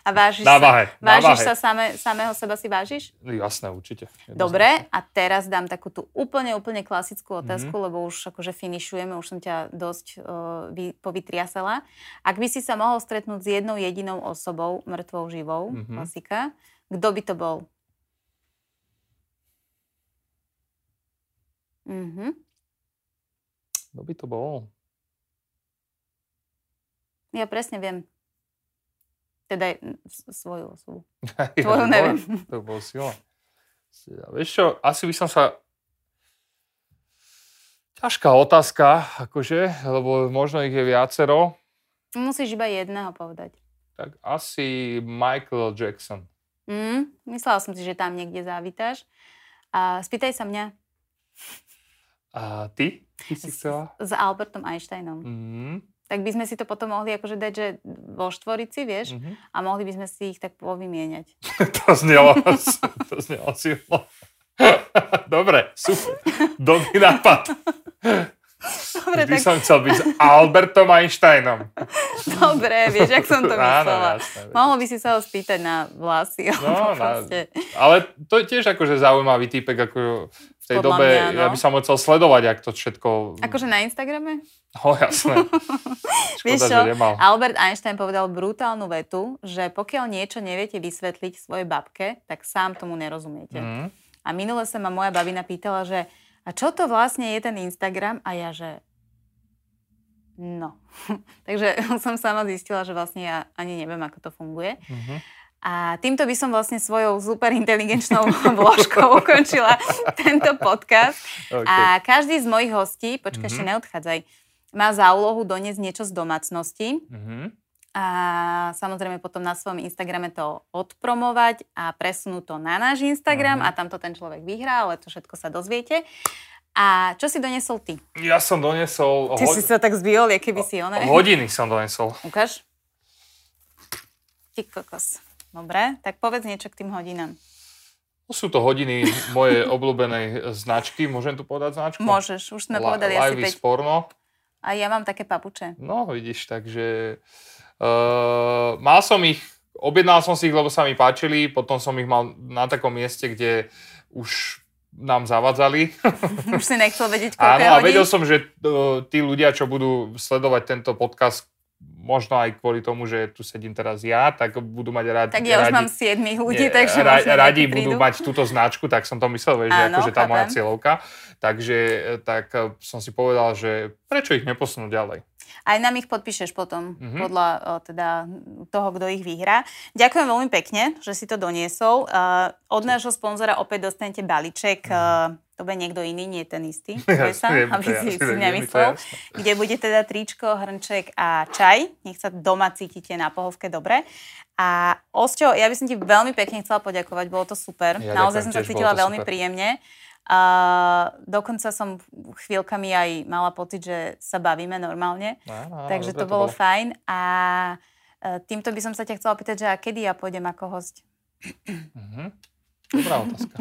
[SPEAKER 1] A vážiš sa,
[SPEAKER 2] Na váhe, na
[SPEAKER 1] vážiš
[SPEAKER 2] váhe.
[SPEAKER 1] sa same, samého seba si vážiš?
[SPEAKER 2] Jasné, určite.
[SPEAKER 1] Dobre, a teraz dám takú tú úplne, úplne
[SPEAKER 2] Mhm.
[SPEAKER 1] klasickú otázku, lebo už akože finišujeme, už som ťa dosť uh, vy, povytriasala. Ak by si sa mohol stretnúť s jednou jedinou osobou, mŕtvou živou,
[SPEAKER 2] Mhm.
[SPEAKER 1] klasika, kto by to bol? Mhm.
[SPEAKER 2] Kto No by to [LAUGHS] bol?
[SPEAKER 1] Ja presne viem. Teda mm, s- svoju osobu.
[SPEAKER 2] Ja
[SPEAKER 1] Tvoju
[SPEAKER 2] to
[SPEAKER 1] neviem. [LAUGHS]
[SPEAKER 2] bol- To bol sila. Ja, vieš čo, asi by som sa... Ťažká otázka, akože, lebo možno ich je viacero.
[SPEAKER 1] Musíš iba jedného povedať.
[SPEAKER 2] Tak asi Michael Jackson.
[SPEAKER 1] Mm, myslela som si, že tam niekde závitáš. A spýtaj sa mňa
[SPEAKER 2] A ty? Ty si chcela?
[SPEAKER 1] s Albertom Einsteinom.
[SPEAKER 2] Mhm,
[SPEAKER 1] tak by sme si to potom mohli akože dať, že vo štvorici, vieš,
[SPEAKER 2] mhm.
[SPEAKER 1] a mohli by sme si ich tak
[SPEAKER 2] [LAUGHS]
[SPEAKER 1] povymieňať.
[SPEAKER 2] To znelo, to znelo silno. Dobre, super. Dobrý nápad.
[SPEAKER 1] Dobre,
[SPEAKER 2] Vždy
[SPEAKER 1] tak
[SPEAKER 2] som chcel byť s Albertom Einsteinom.
[SPEAKER 1] [LAUGHS] dobre, vieš, jak som to
[SPEAKER 2] [LAUGHS]
[SPEAKER 1] No.
[SPEAKER 2] Áno, no,
[SPEAKER 1] myslela.
[SPEAKER 2] jasné.
[SPEAKER 1] Mohol by si sa ho spýtať na vlasy, alebo
[SPEAKER 2] na- Mm.
[SPEAKER 1] proste.
[SPEAKER 2] Ale to je tiež akože zaujímavý týpek, ako v tej
[SPEAKER 1] Podľa
[SPEAKER 2] dobe,
[SPEAKER 1] mňa, no.
[SPEAKER 2] ja by som ho chcel sledovať, ak to všetko...
[SPEAKER 1] Akože na Instagrame?
[SPEAKER 2] No jasné.
[SPEAKER 1] [LAUGHS] Vieš
[SPEAKER 2] Škoda,
[SPEAKER 1] čo?
[SPEAKER 2] že nemal.
[SPEAKER 1] Albert Einstein povedal brutálnu vetu, že pokiaľ niečo neviete vysvetliť svojej babke, tak sám tomu nerozumiete.
[SPEAKER 2] Mhm.
[SPEAKER 1] A minule sa ma moja babina pýtala, že a čo to vlastne je ten Instagram? A ja, že no. [LAUGHS] Takže [LAUGHS] som sama zistila, že vlastne ja ani neviem, ako to funguje.
[SPEAKER 2] Mhm.
[SPEAKER 1] A týmto by som vlastne svojou superinteligenčnou [LAUGHS] vložkou ukončila [LAUGHS] tento podcast.
[SPEAKER 2] OK.
[SPEAKER 1] A každý z mojich hostí, počkaj,
[SPEAKER 2] Mhm.
[SPEAKER 1] ešte neodchádzaj, má za úlohu doniesť niečo z domácnosti
[SPEAKER 2] Mhm.
[SPEAKER 1] a samozrejme potom na svojom Instagrame to odpromovať a presunúť to na náš Instagram
[SPEAKER 2] Mhm.
[SPEAKER 1] a tam to ten človek vyhrá, ale to všetko sa dozviete. A čo si donesol ty?
[SPEAKER 2] Ja som donesol...
[SPEAKER 1] Ty si sa tak zbiol, aké by si ona.
[SPEAKER 2] Hodiny som donesol.
[SPEAKER 1] Ukáž. Ty kokos. Dobre, tak povedz niečo k tým hodinám.
[SPEAKER 2] Sú to hodiny mojej obľúbenej značky. Môžem tu povedať značku?
[SPEAKER 1] Môžeš, už sme
[SPEAKER 2] No, La-
[SPEAKER 1] povedali asi
[SPEAKER 2] Live is
[SPEAKER 1] 5.
[SPEAKER 2] porno.
[SPEAKER 1] A ja mám také papuče. [LAUGHS]
[SPEAKER 2] No, vidíš, takže... Uh, mal som ich, objednal som si ich, lebo sa mi páčili, potom som ich mal na takom mieste, kde už nám
[SPEAKER 1] [LAUGHS]
[SPEAKER 2] zavadzali.
[SPEAKER 1] Už si nechcel vedieť, koľko je
[SPEAKER 2] Áno, a
[SPEAKER 1] hodín.
[SPEAKER 2] vedel som, že uh, tí ľudia, čo budú sledovať tento podcast, možno aj kvôli tomu, že tu sedím teraz ja, tak budú mať rád,
[SPEAKER 1] Tak ja už
[SPEAKER 2] radi,
[SPEAKER 1] mám 7 ľudí,
[SPEAKER 2] nie,
[SPEAKER 1] takže
[SPEAKER 2] ra-
[SPEAKER 1] možno
[SPEAKER 2] radi
[SPEAKER 1] nejakí
[SPEAKER 2] budú
[SPEAKER 1] prídu.
[SPEAKER 2] mať túto značku, tak som to myslel, vieš, že
[SPEAKER 1] Áno,
[SPEAKER 2] akože tá moja
[SPEAKER 1] chápem.
[SPEAKER 2] cieľovka. Takže e, tak e, som si povedal, že prečo ich neposunú ďalej.
[SPEAKER 1] Aj nám ich podpíšeš potom,
[SPEAKER 2] Mhm.
[SPEAKER 1] podľa o, teda toho, kto ich vyhrá. Ďakujem veľmi pekne, že si to doniesol. Uh, od nášho sponzora opäť dostanete balíček, uh, to bude niekto iný, nie ten
[SPEAKER 2] [LAUGHS]
[SPEAKER 1] istý, ja sa,
[SPEAKER 2] viem,
[SPEAKER 1] aby
[SPEAKER 2] Mhm. to je
[SPEAKER 1] si,
[SPEAKER 2] jasné,
[SPEAKER 1] si
[SPEAKER 2] viem,
[SPEAKER 1] nemyslel,
[SPEAKER 2] to je jasné.
[SPEAKER 1] kde bude teda tričko, hrnček a čaj. Nech sa doma cítite na pohovke dobre. A Osťo, ja by som ti veľmi pekne chcela poďakovať, bolo to super.
[SPEAKER 2] Ja
[SPEAKER 1] Naozaj
[SPEAKER 2] ďakujem
[SPEAKER 1] som sa
[SPEAKER 2] tiež,
[SPEAKER 1] cítila
[SPEAKER 2] bolo to
[SPEAKER 1] veľmi
[SPEAKER 2] super.
[SPEAKER 1] príjemne. A dokonca som chvíľkami aj mala pocit, že sa bavíme normálne.
[SPEAKER 2] Áno, áno,
[SPEAKER 1] Takže
[SPEAKER 2] dobre
[SPEAKER 1] to bolo fajn a e, týmto by som sa ťa chcela opýtať, že a kedy ja pôjdem ako host?
[SPEAKER 2] Mhm. Dobrá otázka.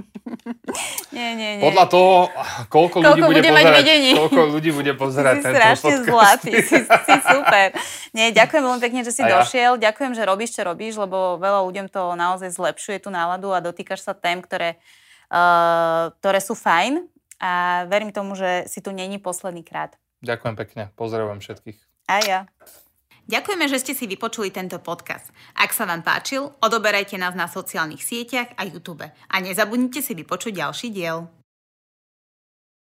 [SPEAKER 1] Nie, nie, nie.
[SPEAKER 2] Podľa toho, koľko, ľudí
[SPEAKER 1] Koľko
[SPEAKER 2] bude,
[SPEAKER 1] bude mať
[SPEAKER 2] pozerať,
[SPEAKER 1] videní.
[SPEAKER 2] koľko ľudí bude pozerať
[SPEAKER 1] si
[SPEAKER 2] tento
[SPEAKER 1] strašne
[SPEAKER 2] podcast.
[SPEAKER 1] zlatý, si, si
[SPEAKER 2] [LAUGHS]
[SPEAKER 1] super. Nie, ďakujem veľmi pekne, že si
[SPEAKER 2] A ja?
[SPEAKER 1] došiel, ďakujem, že robíš, čo robíš, lebo veľa ľuďom to naozaj zlepšuje tú náladu a dotýkaš sa tém, ktoré, uh, ktoré sú fajn a verím tomu, že si tu není posledný krát.
[SPEAKER 2] Ďakujem pekne, pozdravujem všetkých.
[SPEAKER 1] A ja. Ďakujeme, že ste si vypočuli tento podcast. Ak sa vám páčil, odoberajte nás na sociálnych sieťach a YouTube. A nezabudnite si vypočuť ďalší diel.